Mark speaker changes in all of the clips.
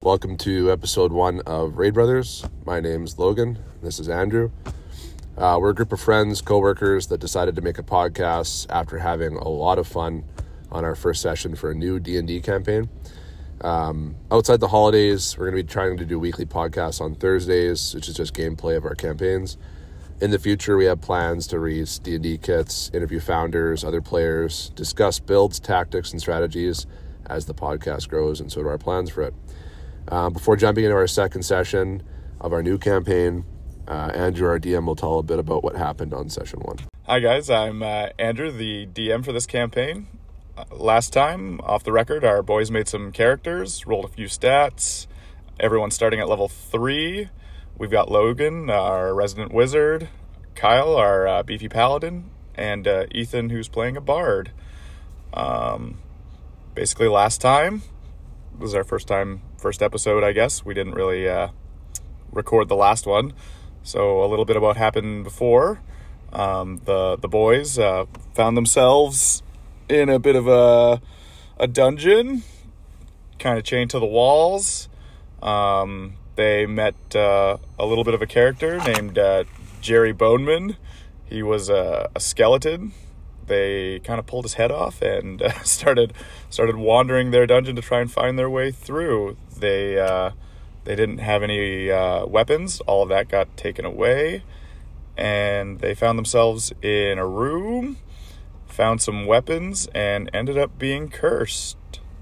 Speaker 1: Welcome to episode one of Raid Brothers. My name's Logan. This is Andrew. Uh, we're a group of friends, coworkers that decided to make a podcast after having a lot of fun on our first session for a new D and D campaign. Um, outside the holidays, we're going to be trying to do weekly podcasts on Thursdays, which is just gameplay of our campaigns. In the future, we have plans to release D&D kits, interview founders, other players, discuss builds, tactics, and strategies as the podcast grows, and so do our plans for it. Uh, before jumping into our second session of our new campaign, uh, Andrew, our DM, will tell a bit about what happened on session one.
Speaker 2: Hi guys, I'm uh, Andrew, the DM for this campaign. Uh, last time, off the record, our boys made some characters, rolled a few stats. Everyone's starting at level three. We've got Logan, our resident wizard, Kyle, our uh, beefy paladin, and uh, Ethan, who's playing a bard. Um, basically, last time, this is our first time, first episode, I guess. We didn't really uh, record the last one. So a little bit about happened before. Um, the the boys uh, found themselves in a bit of a a dungeon, kind of chained to the walls. Um, they met uh, a little bit of a character named uh, Jerry Boneman. He was a, a skeleton. They kind of pulled his head off and uh, started started wandering their dungeon to try and find their way through. They uh, they didn't have any uh, weapons. All of that got taken away, and they found themselves in a room found some weapons and ended up being cursed.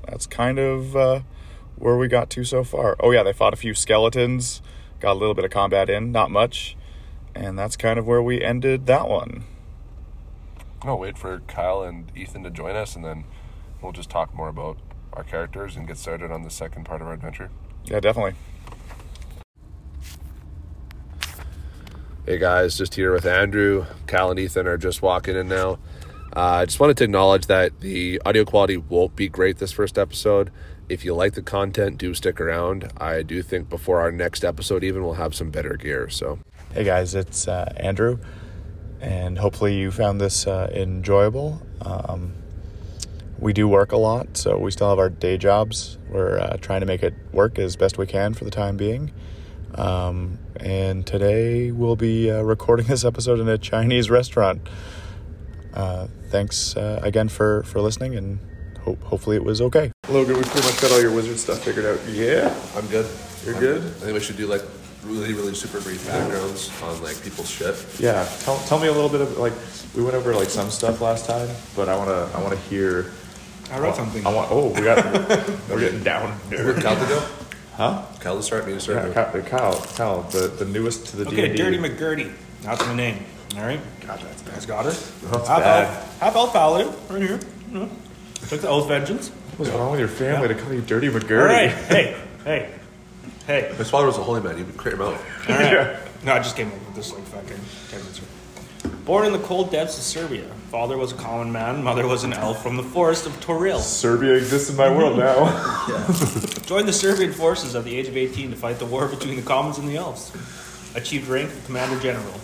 Speaker 2: That's kind of uh, where we got to so far. Oh yeah, they fought a few skeletons, got a little bit of combat in, not much, and that's kind of where we ended that one.
Speaker 1: I'll wait for Kyle and Ethan to join us, and then we'll just talk more about our characters and get started on the second part of our adventure.
Speaker 2: Yeah, definitely.
Speaker 1: Hey guys, just here with Andrew. Cal and Ethan are just walking in now. Uh, I just wanted to acknowledge that the audio quality won't be great this first episode. If you like the content, do stick around. I do think before our next episode, even, we'll have some better gear. So,
Speaker 2: Hey guys, it's uh, Andrew, and hopefully you found this uh, enjoyable. Um, we do work a lot, so we still have our day jobs. We're uh, trying to make it work as best we can for the time being. Um, and today we'll be uh, recording this episode in a Chinese restaurant. Uh, thanks uh, again for, for listening, and hope hopefully it was okay. Logan, we pretty much got all your wizard stuff figured out. Yeah,
Speaker 1: I'm good.
Speaker 2: You're good?
Speaker 1: I think we should do like really, really super brief backgrounds on like people's shit.
Speaker 2: Yeah, tell, tell me a little bit of like we went over like some stuff last time, but I wanna I wanna hear.
Speaker 3: I wrote something.
Speaker 2: I want. Oh, we got we're getting down.
Speaker 1: Where'd Cal to go?
Speaker 2: Huh?
Speaker 1: Cal to start, me to start.
Speaker 2: Yeah, Kyle, Kyle, Kyle, the, the newest to the
Speaker 3: Okay,
Speaker 2: D&D.
Speaker 3: Dirty McGurdy. That's my name. All right. God, that's bad. That's got her.
Speaker 2: That's
Speaker 3: half
Speaker 2: bad.
Speaker 3: elf, half elf value, right here. Yeah. Took the oath vengeance.
Speaker 2: What's wrong with your family to call you Dirty McGurdy?
Speaker 3: All right. Hey, hey, hey.
Speaker 1: His father was a holy man. He would clear him out.
Speaker 3: All right.
Speaker 2: Yeah.
Speaker 3: No, I just came up with this like fucking ten minutes ago. Born in the cold depths of Serbia, father was a common man, mother was an elf from the forest of Toril.
Speaker 2: Serbia exists in my world now.
Speaker 3: Joined the Serbian forces at the age of 18 to fight the war between the commons and the elves. Achieved rank of commander general.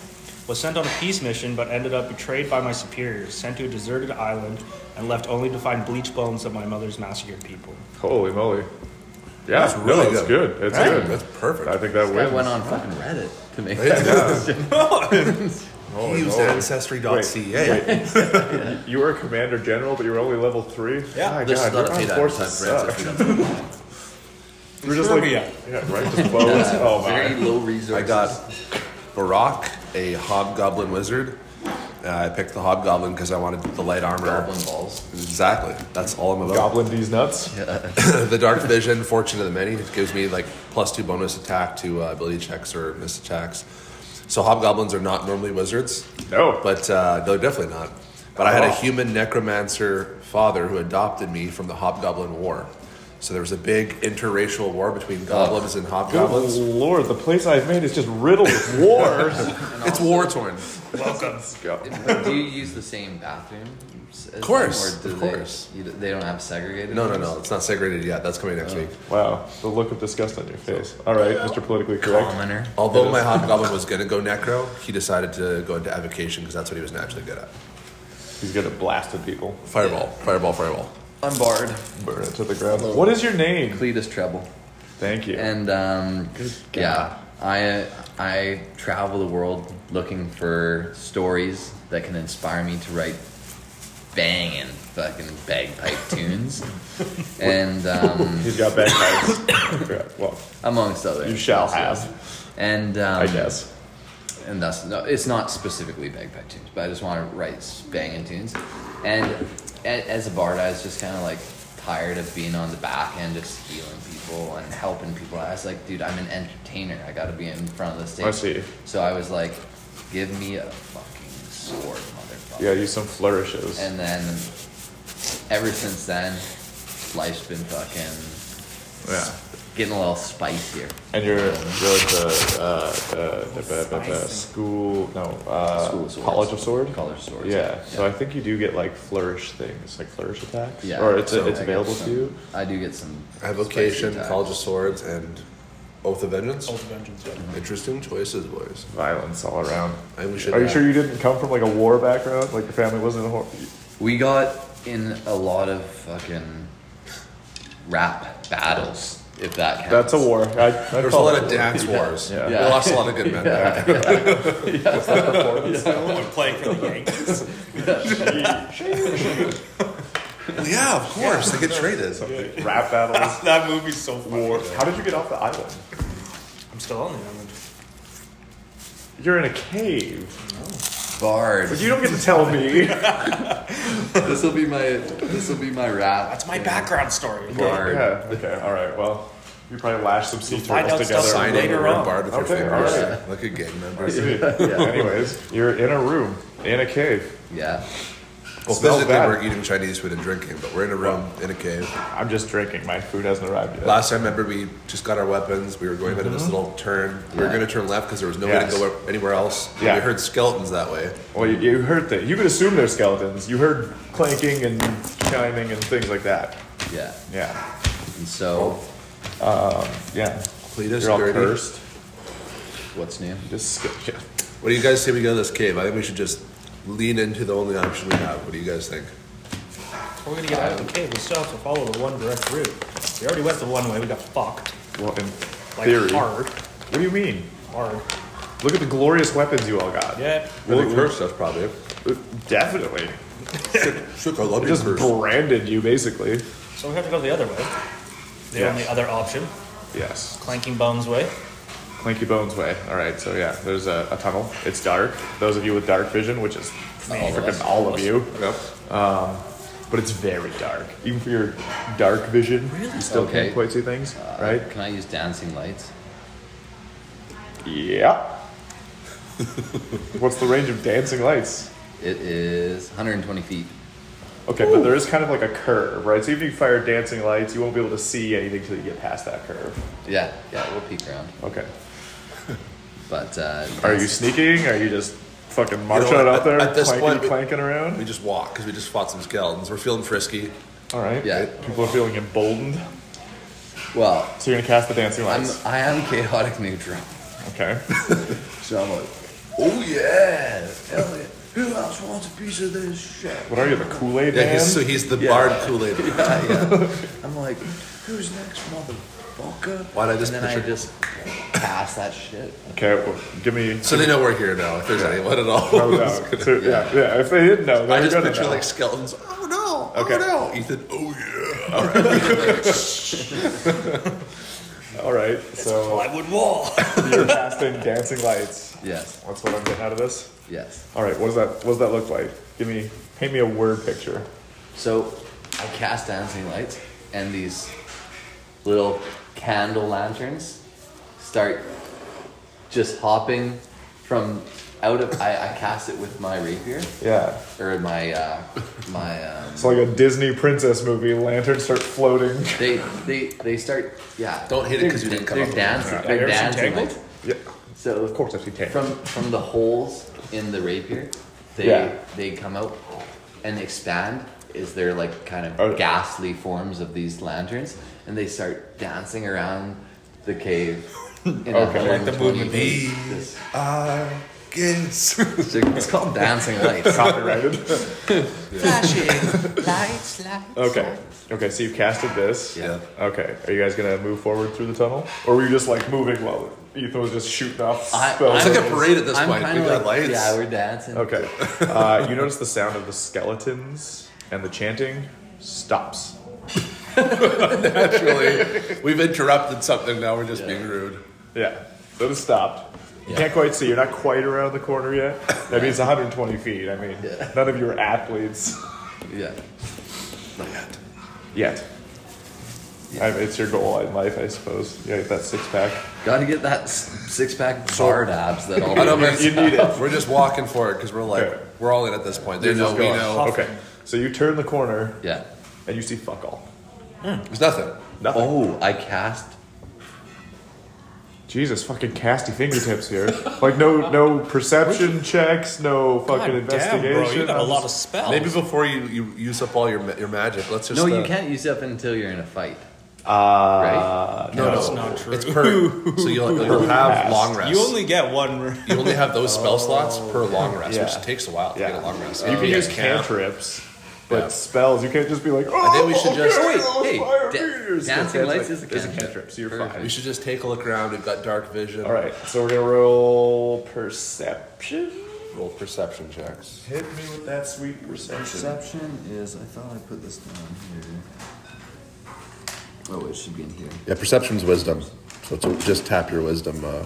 Speaker 3: Was sent on a peace mission but ended up betrayed by my superiors, sent to a deserted island, and left only to find bleach bones of my mother's massacred people.
Speaker 2: Holy moly! Yeah,
Speaker 1: That's
Speaker 2: no,
Speaker 1: really
Speaker 2: it's
Speaker 1: good.
Speaker 2: good. It's
Speaker 1: Right?
Speaker 2: good.
Speaker 1: That's perfect.
Speaker 2: I think that
Speaker 4: I
Speaker 2: wins.
Speaker 4: went on fucking Reddit to make
Speaker 2: Holy
Speaker 1: He used
Speaker 2: moly.
Speaker 1: ancestry.ca.
Speaker 2: You were a commander general, but you were only level three.
Speaker 3: Yeah.
Speaker 2: My
Speaker 4: This
Speaker 2: God,
Speaker 4: is not
Speaker 2: your
Speaker 4: a
Speaker 2: armed
Speaker 4: paid
Speaker 2: forces
Speaker 4: advertisement
Speaker 2: suck.
Speaker 4: for ancestry.
Speaker 2: You're just like,
Speaker 3: Serbia.
Speaker 2: yeah, right. Just bones. Oh
Speaker 4: Very
Speaker 2: my.
Speaker 4: low resource.
Speaker 1: I got Barak, a hobgoblin wizard. Uh, I picked the hobgoblin because I wanted the light armor.
Speaker 4: goblin balls.
Speaker 1: Exactly. That's all I'm about.
Speaker 2: Goblin these nuts.
Speaker 1: the dark vision, fortune of the many, it gives me like plus two bonus attack to uh, ability checks or missed attacks. So hobgoblins are not normally wizards,
Speaker 2: No,
Speaker 1: but uh, no, definitely not. But I had a
Speaker 2: Oh.
Speaker 1: human necromancer father who adopted me from the hobgoblin war. So there was a big interracial war between goblins and hobgoblins.
Speaker 2: Good lord, the place I've made is just riddled with wars.
Speaker 1: It's war torn.
Speaker 3: Welcome.
Speaker 4: Do you use the same bathroom? Of
Speaker 1: course,
Speaker 4: Or do
Speaker 1: of
Speaker 4: they,
Speaker 1: course.
Speaker 4: You, they don't have segregated.
Speaker 1: No, no,
Speaker 4: ones?
Speaker 1: no. It's not segregated yet. That's coming next week.
Speaker 2: Wow, the look of disgust on your face. All right, Mr. Politically Correct.
Speaker 4: Commoner.
Speaker 1: Although my hobgoblin was going to go necro, he decided to go into avocation because that's what he was naturally good at.
Speaker 2: He's good at blasting people.
Speaker 1: Fireball, fireball, fireball.
Speaker 4: Unbarred.
Speaker 2: Burn it to the ground. What is your name?
Speaker 4: Cletus Treble.
Speaker 5: Thank you.
Speaker 4: And um, yeah, I I travel the world looking for stories that can inspire me to write banging fucking bagpipe tunes, and um,
Speaker 5: He's got bagpipes. Yeah, well,
Speaker 4: amongst others.
Speaker 5: you shall
Speaker 4: yes,
Speaker 5: have,
Speaker 4: yes. And um,
Speaker 5: I guess.
Speaker 4: and that's no, it's not specifically bagpipe tunes, but I just want to write s- banging tunes. And a- as a bard, I was just kind of like tired of being on the back end of healing people and helping people. I was like, dude, I'm an entertainer. I got to be in front of the stage.
Speaker 5: I see.
Speaker 4: So I was like, give me a fucking sword, motherfucker.
Speaker 5: Yeah, use some flourishes.
Speaker 4: And then ever since then, life's been fucking
Speaker 5: yeah.
Speaker 4: getting a little spicier.
Speaker 5: And you're, you're at the, uh, the, the, the, the, the school, no, uh,
Speaker 4: School of Swords.
Speaker 5: College of Sword?
Speaker 4: College of Swords,
Speaker 5: Yeah.
Speaker 4: yeah.
Speaker 5: so I think you do get like flourish things, like flourish attacks.
Speaker 4: Yeah.
Speaker 5: Or it's,
Speaker 4: so
Speaker 5: it's
Speaker 4: I get
Speaker 5: available to
Speaker 4: some-
Speaker 5: you.
Speaker 4: I do get some.
Speaker 6: Advocation,
Speaker 4: spicy attacks.
Speaker 6: College of Swords, and Oath of Vengeance.
Speaker 3: Old Vengeance, yeah.
Speaker 6: Interesting choices, boys.
Speaker 5: Violence all around.
Speaker 6: I think we should.
Speaker 5: Are you
Speaker 6: uh,
Speaker 5: sure you didn't come from like a war background? Like your family wasn't in a war?
Speaker 4: We got in a lot of fucking rap battles, if that counts.
Speaker 5: That's a war. I, I
Speaker 6: There was a lot of dance wars.
Speaker 5: Yeah.
Speaker 6: We lost a lot of good men.
Speaker 3: Someone playing for the Yankees.
Speaker 6: Well, yeah, of course. They get traded.
Speaker 5: Rap battles.
Speaker 3: that movie's so funny.
Speaker 5: war. How did you get off the island?
Speaker 3: I'm still on the island.
Speaker 5: You're in a cave.
Speaker 4: Bard.
Speaker 5: But you don't get to tell me.
Speaker 4: This will be my. This will be my rap.
Speaker 3: That's my background story.
Speaker 4: Bard.
Speaker 5: yeah. Okay. All right. Well, you probably lashed some sea
Speaker 3: find
Speaker 5: turtles
Speaker 3: out stuff
Speaker 5: together.
Speaker 6: Sign
Speaker 3: Later
Speaker 6: it or
Speaker 3: on.
Speaker 6: barred with
Speaker 5: Okay,
Speaker 6: your
Speaker 5: all
Speaker 6: fingers.
Speaker 5: right.
Speaker 6: Like a gang member.
Speaker 5: Anyways, you're in a room in a cave.
Speaker 4: Yeah.
Speaker 6: Well,
Speaker 5: Smells
Speaker 6: physically,
Speaker 5: bad.
Speaker 6: we're eating Chinese food and drinking, but we're in a room in a cave.
Speaker 5: I'm just drinking. My food hasn't arrived yet.
Speaker 6: Last time, remember, we just got our weapons. We were going into this little turn. We were
Speaker 4: Yeah.
Speaker 6: going to turn left because there was no
Speaker 5: Mm-hmm. Yes.
Speaker 6: way to go anywhere else.
Speaker 5: Yeah.
Speaker 6: We heard skeletons that way.
Speaker 5: well, you, you heard that. You could assume they're skeletons. You heard clanking and chiming and things like that.
Speaker 4: Yeah.
Speaker 5: Yeah.
Speaker 4: And so,
Speaker 5: Yeah.
Speaker 6: Cletus,
Speaker 5: You're all
Speaker 6: dirty.
Speaker 5: cursed.
Speaker 4: what's new?
Speaker 5: Just yeah.
Speaker 6: What do you guys say we go to this cave? I think we should just lean into the only option we have. What do you guys think?
Speaker 3: We're gonna get out of the cave. We still have to follow the one direct route. We already went the one way. We got fucked.
Speaker 5: Well, in
Speaker 3: Like
Speaker 5: theory.
Speaker 3: hard,
Speaker 5: What do you mean?
Speaker 3: hard.
Speaker 5: Look at the glorious weapons you all got.
Speaker 3: Yeah.
Speaker 6: Well,
Speaker 5: Well,
Speaker 6: they cursed us, probably.
Speaker 5: Definitely.
Speaker 6: Shook, I love
Speaker 5: It
Speaker 6: you,
Speaker 5: just
Speaker 6: curse.
Speaker 5: branded you basically.
Speaker 3: So we have to go the other way. The
Speaker 5: Yes.
Speaker 3: only other option,
Speaker 5: Yes.
Speaker 3: clanking bones way.
Speaker 5: Clanky Bones Way. All right, so yeah, there's a, a tunnel. It's dark. Those of you with dark vision, which is
Speaker 4: All of us.
Speaker 5: freaking all of you,
Speaker 6: Yep.
Speaker 5: but it's very dark. Even for your dark vision, you still
Speaker 4: Okay.
Speaker 5: can't quite see things,
Speaker 4: Uh,
Speaker 5: right?
Speaker 4: Can I use dancing lights?
Speaker 5: Yeah. What's the range of dancing lights?
Speaker 4: It is 120 feet.
Speaker 5: Okay, but there is kind of like a curve, right? So even if you fire dancing lights, you won't be able to see anything until you get past that curve.
Speaker 4: Yeah. Yeah. We'll peek around.
Speaker 5: Okay.
Speaker 4: But uh,
Speaker 5: Are you
Speaker 4: that's-
Speaker 5: sneaking? Are you just fucking marching
Speaker 6: what?
Speaker 5: it out there,
Speaker 6: At- at this
Speaker 5: clanking,
Speaker 6: point, we-
Speaker 5: clanking around?
Speaker 6: We just walk because we just fought some skeletons. We're feeling frisky.
Speaker 5: all right.
Speaker 4: Yeah.
Speaker 5: People are feeling emboldened.
Speaker 4: Well,
Speaker 5: So you're gonna cast the dancing
Speaker 4: I'm.
Speaker 5: lights.
Speaker 4: I am chaotic neutral.
Speaker 5: Okay.
Speaker 4: So I'm like, oh yeah, hell yeah. Who else wants a piece of this shit?
Speaker 5: What are you, the Kool Aid
Speaker 6: Yeah,
Speaker 5: man?
Speaker 6: he's, so he's the
Speaker 4: Yeah.
Speaker 6: barred Kool Aid.
Speaker 4: Yeah, yeah. I'm like, who's next, motherfucker?
Speaker 6: Why'd I just
Speaker 4: And then I
Speaker 6: picture-
Speaker 4: just pass that shit.
Speaker 5: okay, well, give me.
Speaker 6: So they know we're here now, if there's anyone at all.
Speaker 5: Oh, no. So, yeah, yeah. If they didn't know,
Speaker 6: I
Speaker 5: they're
Speaker 6: just
Speaker 5: gonna
Speaker 6: picture
Speaker 5: know.
Speaker 6: like skeletons. Oh no!
Speaker 5: Okay.
Speaker 6: Oh no! Ethan. Oh yeah.
Speaker 5: All right, so
Speaker 3: Plywood wall.
Speaker 5: you're casting dancing lights.
Speaker 4: Yes,
Speaker 5: That's what I'm getting out of this.
Speaker 4: yes.
Speaker 5: All right, what does that? What does that look like? Give me, paint me a word picture.
Speaker 4: So I cast dancing lights, and these little candle lanterns start just hopping from out of. I, I cast it with my rapier
Speaker 5: Yeah,
Speaker 4: or my uh, my. Um,
Speaker 5: it's like a Disney princess movie. Lanterns start floating.
Speaker 4: they they they start yeah.
Speaker 6: Don't hit it because you didn't come
Speaker 4: They're
Speaker 6: up with it.
Speaker 4: dancing. They're
Speaker 5: Have you ever seen
Speaker 4: dancing.
Speaker 3: Tangled?
Speaker 4: lights.
Speaker 5: Yeah,
Speaker 4: So
Speaker 5: of course I've seen Tangled.
Speaker 4: from from the holes in the rapier, they
Speaker 5: Yeah.
Speaker 4: they come out and expand. Is there like kind of
Speaker 5: Oh.
Speaker 4: ghastly forms of these lanterns, and they start dancing around the cave. In
Speaker 5: Okay. Like
Speaker 3: the
Speaker 4: 120
Speaker 3: movement.
Speaker 4: paces.
Speaker 6: I
Speaker 1: kids.
Speaker 4: It's called Dancing Lights.
Speaker 5: Copyrighted.
Speaker 4: Flashing lights, lights.
Speaker 5: Okay. Okay, so you casted this.
Speaker 4: Yeah.
Speaker 5: Okay. Are you guys gonna move forward through the tunnel? Or were you just like moving while Ethan was just shooting off
Speaker 4: I-
Speaker 5: spells?
Speaker 4: I-
Speaker 1: It's like a parade at this
Speaker 4: I'm
Speaker 1: point.
Speaker 4: kind
Speaker 1: We
Speaker 4: of
Speaker 1: got
Speaker 4: like,
Speaker 1: lights.
Speaker 4: yeah, we're dancing.
Speaker 5: okay. Uh, you notice the sound of the skeletons and the chanting stops.
Speaker 1: Actually, we've interrupted something. Now we're just being rude.
Speaker 5: Yeah. So it stopped. You
Speaker 4: Yeah.
Speaker 5: can't quite see. You're not quite around the corner yet. That means 120 feet. I mean,
Speaker 4: Yeah.
Speaker 5: none of you are athletes
Speaker 4: Yeah.
Speaker 1: Not yet.
Speaker 5: yet. I mean, it's your goal in life, I suppose. Yeah, that six pack.
Speaker 4: Gotta get that six pack bar abs that all
Speaker 1: I don't
Speaker 5: You
Speaker 1: mean,
Speaker 5: need it.
Speaker 1: we're just walking for it because we're like
Speaker 5: Okay.
Speaker 1: we're all in at this point. They
Speaker 4: You're
Speaker 1: know
Speaker 4: just
Speaker 1: we
Speaker 4: going.
Speaker 1: know.
Speaker 5: Okay. So you turn the corner
Speaker 4: Yeah.
Speaker 5: and you see fuck all.
Speaker 1: There's nothing.
Speaker 5: Nothing.
Speaker 4: Oh, I cast.
Speaker 5: Jesus, fucking casty fingertips here. like no, no perception checks, no fucking
Speaker 7: God damn,
Speaker 5: investigation.
Speaker 7: bro, you got a
Speaker 5: I'm
Speaker 7: lot of
Speaker 5: just-
Speaker 7: spells.
Speaker 1: Maybe before you, you use up all your ma- your magic, let's just
Speaker 4: No,
Speaker 1: uh,
Speaker 4: you can't use up until you're in a fight.
Speaker 5: Uh,
Speaker 4: Right?
Speaker 1: No, no,
Speaker 3: That's not true.
Speaker 1: It's per. So you'll, you'll have long rest.
Speaker 7: You only get one. r-
Speaker 1: You only have those
Speaker 8: Oh,
Speaker 1: spell slots per long rest,
Speaker 5: Yeah.
Speaker 1: which takes a while to
Speaker 5: Yeah.
Speaker 1: get a long rest.
Speaker 5: You can
Speaker 1: Yeah,
Speaker 5: use
Speaker 1: camp.
Speaker 5: cantrips, but
Speaker 1: Yeah.
Speaker 5: spells. You can't just be like, oh,
Speaker 1: think we should just-
Speaker 5: okay,
Speaker 4: Wait,
Speaker 5: I'll
Speaker 4: hey,
Speaker 5: fire
Speaker 4: da-
Speaker 5: meters."
Speaker 4: dancing
Speaker 5: That's
Speaker 4: lights
Speaker 5: like-
Speaker 4: is a
Speaker 5: is a
Speaker 4: cantrip.
Speaker 5: cantrip, so you're
Speaker 4: Perfect.
Speaker 1: We
Speaker 5: fine.
Speaker 1: should just take a look around. We've got dark vision.
Speaker 5: All right, so we're gonna roll perception.
Speaker 1: Roll perception checks.
Speaker 5: Hit me with that sweet perception.
Speaker 4: Perception is. I thought I put this down here. Oh, it should be in here.
Speaker 8: Yeah, perception's wisdom. So it's just tap your wisdom. Uh.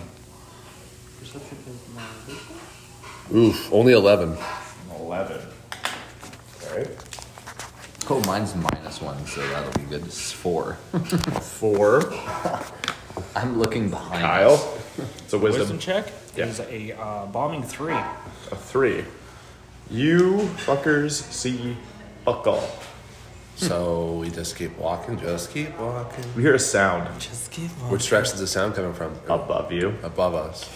Speaker 8: Oof, only 11.
Speaker 5: Eleven. All right.
Speaker 4: Oh, mine's minus one, so that'll be good. It's four.
Speaker 5: Four.
Speaker 4: I'm looking behind. us.
Speaker 5: Kyle. It's a
Speaker 3: Wisdom,
Speaker 5: wisdom
Speaker 3: check
Speaker 5: Yeah.
Speaker 3: is a uh, bombing three.
Speaker 5: A three. You fuckers see fuck all.
Speaker 1: So we just keep walking, just keep walking.
Speaker 5: You hear a sound
Speaker 7: Just give
Speaker 8: Oh,
Speaker 7: up.
Speaker 1: Which direction is the sound coming from?
Speaker 5: above you,
Speaker 1: Above us.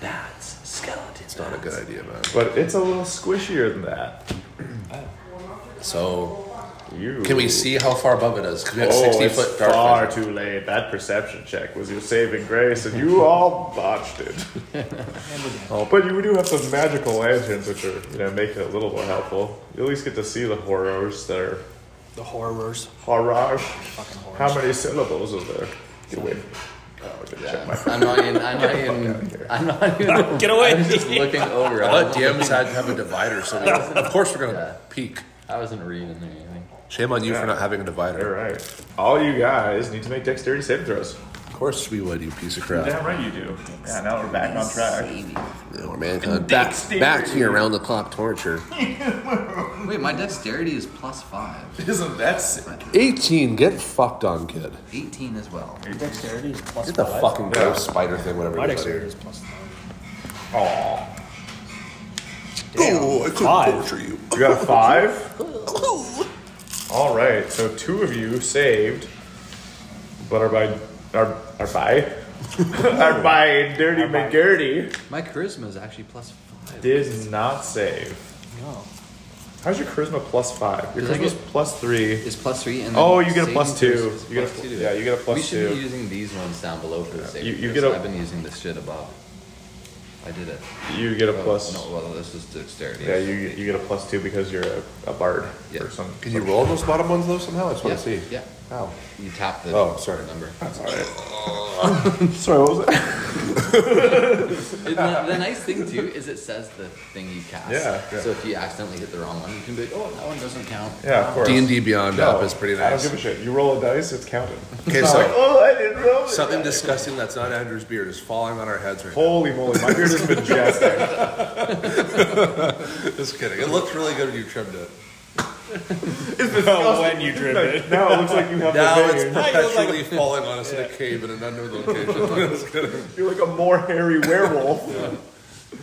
Speaker 4: Bats, skeletons.
Speaker 1: Not a good idea, man.
Speaker 5: but it's a little squishier than that.
Speaker 1: So
Speaker 5: You
Speaker 1: can we see how far above it is? 'Cause we have
Speaker 5: Oh,
Speaker 1: 60
Speaker 5: it's
Speaker 1: foot dark
Speaker 5: far
Speaker 1: vision.
Speaker 5: too late. That perception check was your saving grace, and you all botched it. oh, but you do have some magical lanterns, which are you know making it a little more helpful. You at least get to see the horrors that are
Speaker 3: The horrors.
Speaker 5: horror.
Speaker 3: Fucking horrors.
Speaker 5: How many syllables is there? You win. Oh, I didn't check my
Speaker 4: I'm not even. I'm not even. I'm not even.
Speaker 3: Get away.
Speaker 4: I'm just looking over.
Speaker 1: I
Speaker 4: I
Speaker 1: thought
Speaker 4: wasn't,
Speaker 1: DMs had to have a divider, so we, of course we're gonna peek.
Speaker 4: I wasn't reading or anything.
Speaker 1: Shame on you for not having a
Speaker 5: All
Speaker 1: divider.
Speaker 5: right. All you guys need to make dexterity saving throws.
Speaker 1: Of course we would, you piece of crap.
Speaker 5: Damn right you do. Yeah, now we're back on track.
Speaker 1: Now we're mankind. Back, back here around the clock torture.
Speaker 4: Wait, my dexterity is plus five.
Speaker 5: Isn't that sick?
Speaker 1: 18, get fucked on, kid.
Speaker 4: 18 as well.
Speaker 3: Dexterity is plus
Speaker 1: Get the
Speaker 3: five.
Speaker 1: fucking
Speaker 5: Yeah.
Speaker 1: ghost spider thing, whatever
Speaker 3: My
Speaker 1: it is. out
Speaker 3: dexterity
Speaker 1: here.
Speaker 3: is plus five.
Speaker 5: Aw.
Speaker 8: Oh, I couldn't
Speaker 3: Five.
Speaker 8: torture you.
Speaker 5: You got a five? All right. So two of you saved, but are by are are by are by Dirty McGirty
Speaker 4: My charisma is actually plus five.
Speaker 5: did not save.
Speaker 3: No.
Speaker 5: How's your charisma plus five? Your
Speaker 4: Does I
Speaker 5: charisma's
Speaker 4: get-
Speaker 5: plus three.
Speaker 4: Is plus three and then
Speaker 5: Oh, you get a
Speaker 4: saving
Speaker 5: plus two.
Speaker 4: throws is
Speaker 5: You get a
Speaker 4: plus
Speaker 5: pl- yeah, you get a plus
Speaker 4: We should
Speaker 5: two.
Speaker 4: be using these ones down below for the saving.
Speaker 5: You- you
Speaker 4: throws.
Speaker 5: get a-
Speaker 4: I've been using this shit above. I did it.
Speaker 5: You get a
Speaker 4: Oh,
Speaker 5: plus.
Speaker 4: No, well, this is dexterity.
Speaker 5: Yeah, you you get a plus two because you're a, a bard
Speaker 4: Yeah.
Speaker 5: or some.
Speaker 1: Can you roll those bottom ones though somehow? I just
Speaker 4: Yeah,
Speaker 1: want to see.
Speaker 4: yeah.
Speaker 1: How?
Speaker 4: You tap the
Speaker 1: Oh, sorry.
Speaker 4: number.
Speaker 5: That's all right. Sorry, what was it?
Speaker 4: And the, the nice thing too is it says the thing you cast.
Speaker 5: Yeah, yeah.
Speaker 4: So if you accidentally hit the wrong one, you can be like, oh, that one doesn't count.
Speaker 5: Yeah, of course.
Speaker 1: D&D Beyond app is pretty
Speaker 5: I don't
Speaker 1: nice.
Speaker 5: give a shit. You roll a dice, it's counted.
Speaker 1: Okay,
Speaker 5: It's
Speaker 1: so-
Speaker 5: not like, oh, I didn't roll it.
Speaker 1: Something disgusting that's not Andrew's beard is falling on our heads right
Speaker 5: Holy moly, my beard is majestic.
Speaker 1: now. Just kidding. It looked really good when you trimmed it.
Speaker 3: No, when you drip it.
Speaker 5: Like, now it looks like you have
Speaker 1: Now
Speaker 5: a
Speaker 1: it's
Speaker 5: beard.
Speaker 1: perpetually falling on us in a cave in an unknown location. Just kidding.
Speaker 5: You're like a more hairy werewolf.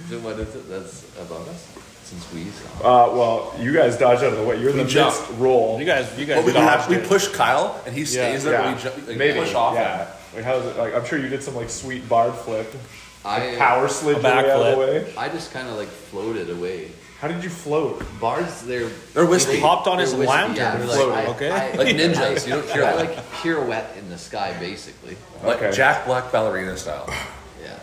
Speaker 4: So what is it that's above us? Since we
Speaker 5: Uh,
Speaker 4: saw.
Speaker 5: well, you guys dodge out of the way. You're in the
Speaker 1: jumped.
Speaker 5: midst roll.
Speaker 7: You guys, you guys.
Speaker 1: But we,
Speaker 7: dodged
Speaker 1: have, we
Speaker 7: it.
Speaker 1: push Kyle and he stays there,
Speaker 5: yeah,
Speaker 1: but we ju- like,
Speaker 5: maybe.
Speaker 1: push off. him.
Speaker 5: Yeah. Like, how's it? Like, I'm sure you did some like sweet bard flip,
Speaker 4: I,
Speaker 5: power slid
Speaker 7: A
Speaker 5: your way out of the
Speaker 7: backflip.
Speaker 5: way.
Speaker 4: I just kind of like floated away.
Speaker 5: How did you float?
Speaker 4: Bards, they're
Speaker 1: They're wispy.
Speaker 7: He hopped on
Speaker 4: they're
Speaker 7: his
Speaker 4: wispy,
Speaker 7: lantern
Speaker 4: yeah,
Speaker 7: and
Speaker 4: like,
Speaker 7: floated,
Speaker 4: I-
Speaker 7: okay?
Speaker 4: I-
Speaker 1: Like ninjas, you don't hear
Speaker 4: I
Speaker 1: that.
Speaker 4: like pirouette in the sky, basically.
Speaker 1: Like
Speaker 5: Okay.
Speaker 1: Jack Black ballerina style.
Speaker 4: Yeah.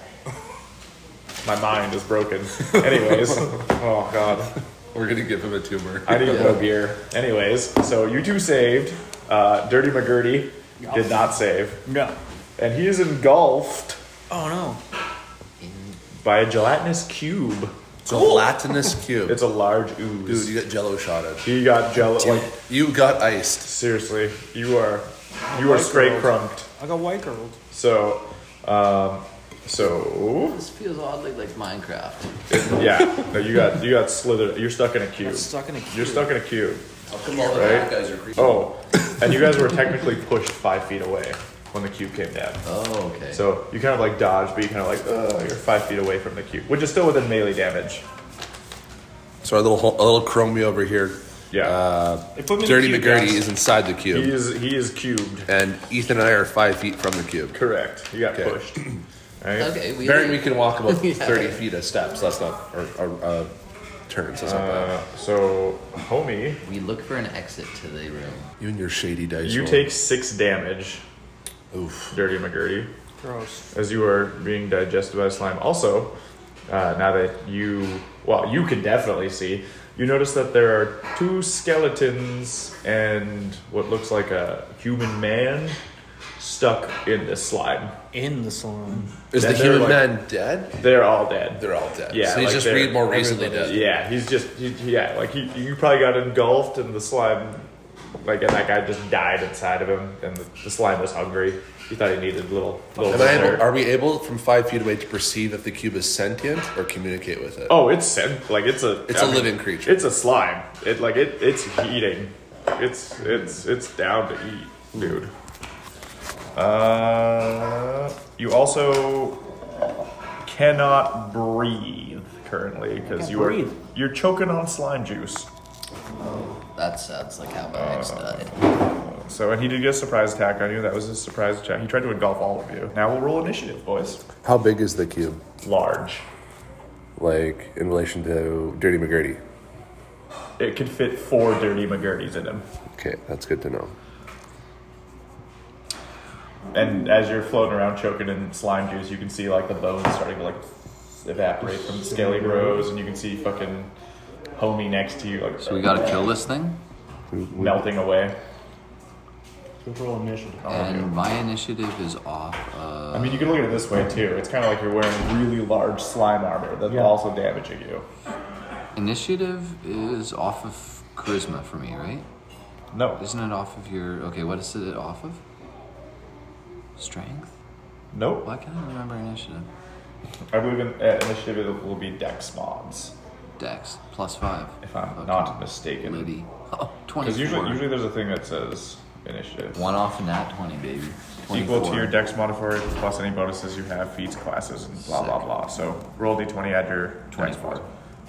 Speaker 5: My mind is broken. Anyways, oh god,
Speaker 9: We're gonna give him a tumor.
Speaker 5: I need no beer. Anyways, so you two saved. Uh, Dirty McGurdy did not save,
Speaker 3: No.
Speaker 5: and he is engulfed
Speaker 3: Oh no.
Speaker 5: by a gelatinous cube.
Speaker 1: It's a gelatinous cube.
Speaker 5: It's a large ooze.
Speaker 1: Dude, you got jello shot at.
Speaker 5: He got jello. Like
Speaker 1: You got iced.
Speaker 5: seriously, you are you are straight crunked.
Speaker 3: I got white girl.
Speaker 5: So, um, so
Speaker 4: This feels oddly like Minecraft.
Speaker 5: yeah. No, you got you got slithered. You're stuck in a cube.
Speaker 3: Got stuck in a cube.
Speaker 5: You're stuck in a cube.
Speaker 4: How come all the
Speaker 5: Right?
Speaker 4: bad guys are creepy?
Speaker 5: Oh, and you guys were technically pushed five feet away when the cube came down.
Speaker 4: Oh, okay.
Speaker 5: So you kind of like dodge, but you kind of like uh, you're five feet away from the cube, which is still within melee damage.
Speaker 1: So our little ho- our little chromie over here,
Speaker 5: Yeah,
Speaker 3: They put me in
Speaker 1: Dirty
Speaker 3: the cube,
Speaker 1: McGurdy,
Speaker 3: guys.
Speaker 1: is inside the
Speaker 5: he
Speaker 1: cube,
Speaker 5: is he is cubed.
Speaker 1: and Ethan and I are five feet from the cube.
Speaker 5: Correct. You got
Speaker 1: Okay.
Speaker 5: pushed. Right?
Speaker 4: okay, we.
Speaker 1: Baron, we can walk about
Speaker 4: Yeah.
Speaker 1: thirty feet of steps. That's not or, or uh, turns. That's not bad.
Speaker 5: Uh, so, homie,
Speaker 4: We look for an exit to the room.
Speaker 1: You and your shady dice.
Speaker 5: you
Speaker 1: roll.
Speaker 5: take six damage,
Speaker 1: Oof.
Speaker 5: Dirty McGurdy,
Speaker 3: Gross.
Speaker 5: as you are being digested by slime. Also, uh, now that you well, you can definitely see. You notice that there are two skeletons and what looks like a human man stuck in this slime.
Speaker 3: In the slime.
Speaker 1: Is the
Speaker 5: Then they're
Speaker 1: human
Speaker 5: like-
Speaker 1: man dead?
Speaker 5: They're all dead.
Speaker 1: They're all dead.
Speaker 5: Yeah,
Speaker 1: so he's
Speaker 5: like
Speaker 1: just
Speaker 5: they're-
Speaker 1: read more recently dead.
Speaker 5: Yeah, he's just he, yeah, like he you probably got engulfed in the slime, like and that guy just died inside of him, and the, the slime was hungry. He thought he needed a little little
Speaker 1: Am I
Speaker 5: dessert.
Speaker 1: able, are we able from five feet away to perceive if the cube is sentient or communicate with it?
Speaker 5: oh, it's sent like it's a
Speaker 1: It's
Speaker 5: a
Speaker 1: a living creature.
Speaker 5: It's a slime. It like it it's eating. It's it's it's down to eat, dude. Uh, you also cannot breathe currently because you are
Speaker 3: breathe.
Speaker 5: you're choking on slime juice.
Speaker 4: That sounds like how my ex died.
Speaker 5: So, and he did get a surprise attack on you. That was his surprise attack. He tried to engulf all of you. Now we'll roll initiative, boys.
Speaker 1: How big is the cube?
Speaker 5: Large.
Speaker 1: Like in relation to Dirty McGurdy.
Speaker 5: It could fit four dirty McGurdies in him.
Speaker 1: Okay, that's good to know.
Speaker 5: And as you're floating around choking in slime juice, you can see like the bones starting to like evaporate from the scaly rows, and you can see fucking homie next to you like
Speaker 4: So we gotta kill this thing.
Speaker 5: melting away.
Speaker 3: Control initiative.
Speaker 4: And my initiative is off.
Speaker 5: I
Speaker 4: Uh,
Speaker 5: mean, you can look at it this way too. It's kind of like you're wearing really large slime armor that's also damaging you.
Speaker 4: initiative is off of charisma for me, right?
Speaker 5: No,
Speaker 4: Isn't it off of your? Okay, what is it off of? Strength.
Speaker 5: nope.
Speaker 4: Why can't I remember initiative?
Speaker 5: I believe in, uh, initiative will be dex mods.
Speaker 4: Dex plus five. Oh,
Speaker 5: If I'm
Speaker 4: Fucking
Speaker 5: not mistaken.
Speaker 4: Liddy. Oh, 24.
Speaker 5: Because usually, usually there's a thing that says initiative.
Speaker 4: One off in that 20, baby.
Speaker 5: Equal to
Speaker 4: 24.
Speaker 5: your dex modifier plus any bonuses you have, feats, classes, and blah, blah,
Speaker 4: Sick.
Speaker 5: blah. So roll d20, add your dex
Speaker 4: 24.
Speaker 5: mod.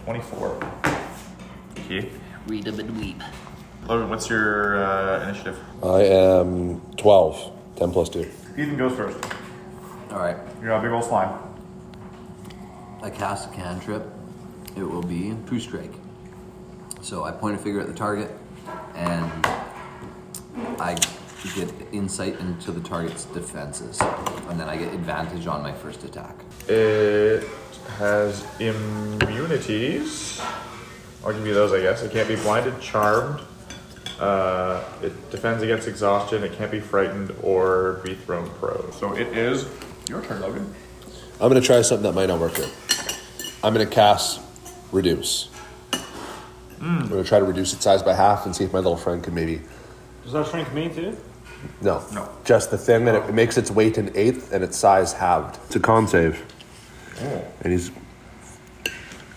Speaker 5: 24. Okay.
Speaker 4: Read a bit weep.
Speaker 5: Logan, what's your uh, initiative?
Speaker 1: I am 12. 10 plus 2.
Speaker 5: Ethan goes first.
Speaker 4: Alright,
Speaker 5: You're a big old slime.
Speaker 4: I cast a cantrip. It will be True Strike. So I point a finger at the target, and I get insight into the target's defenses. And then I get advantage on my first attack.
Speaker 5: It has immunities. I'll give you those, I guess. It can't be blinded, charmed. Uh, it defends against exhaustion. It can't be frightened or be thrown prone. So it is your turn, Logan.
Speaker 1: I'm going to try something that might not work here. I'm going to cast Reduce.
Speaker 5: Hmm.
Speaker 1: I'm going to try to reduce its size by half and see if my little friend can maybe.
Speaker 3: Does that shrink me too?
Speaker 1: No.
Speaker 5: No.
Speaker 1: Just the thing that it makes its weight an eighth and its size halved. It's a con save. And he's.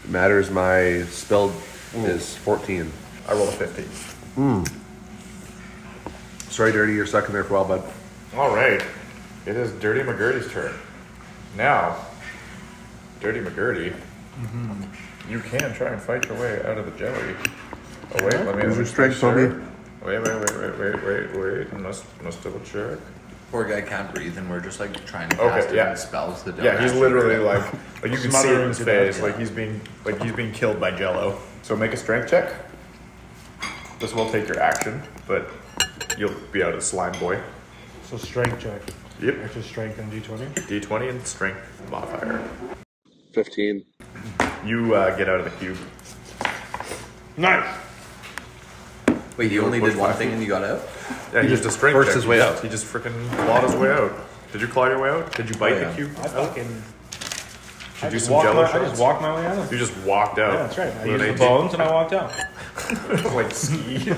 Speaker 1: Matters my spell is 14.
Speaker 5: I rolled a 50.
Speaker 1: Sorry, Dirty, you're stuck in there for a while, bud.
Speaker 5: All right. It is Dirty McGurdy's turn. Now, Dirty McGurdy,
Speaker 1: Mm-hmm.
Speaker 5: you can try and fight your way out of the jelly. Oh, wait, let me.
Speaker 1: Use your
Speaker 5: let me
Speaker 1: strength,
Speaker 5: sure.
Speaker 1: Bobby.
Speaker 5: Wait, wait, wait, wait, wait, wait, wait. Must, must double check.
Speaker 4: Poor guy can't breathe, and we're just like trying to
Speaker 5: Okay,
Speaker 4: cast
Speaker 5: yeah.
Speaker 4: different spells that don't
Speaker 5: Yeah, he's
Speaker 4: actually
Speaker 5: literally
Speaker 4: work.
Speaker 5: like, like you can see it in
Speaker 3: Smothering
Speaker 5: his
Speaker 3: to death,
Speaker 5: face, like he's being, like he's being killed by Jello. So make a strength check. This will take your action, but you'll be out of slime boy.
Speaker 3: So strength check.
Speaker 5: Yep.
Speaker 3: Which is strength and D twenty.
Speaker 5: D20 and strength modifier.
Speaker 1: 15.
Speaker 5: You uh, get out of the cube.
Speaker 3: Nice.
Speaker 4: Wait, you only did one thing and you got out?
Speaker 5: Yeah, he,
Speaker 1: just
Speaker 5: just strength
Speaker 1: burst
Speaker 5: check.
Speaker 1: his way out.
Speaker 5: He just freaking clawed his way out. Did you claw your way out? Did you bite
Speaker 1: Oh, yeah.
Speaker 5: the cube?
Speaker 3: I fucking. I
Speaker 5: Did you do
Speaker 3: just
Speaker 5: some
Speaker 3: walked
Speaker 5: jello
Speaker 3: my, I
Speaker 5: shots?
Speaker 3: just walked my way out.
Speaker 5: you just walked out.
Speaker 3: Yeah, that's right. I used
Speaker 5: With an
Speaker 3: the
Speaker 5: 18.
Speaker 3: bones and I walked out.
Speaker 5: like ski.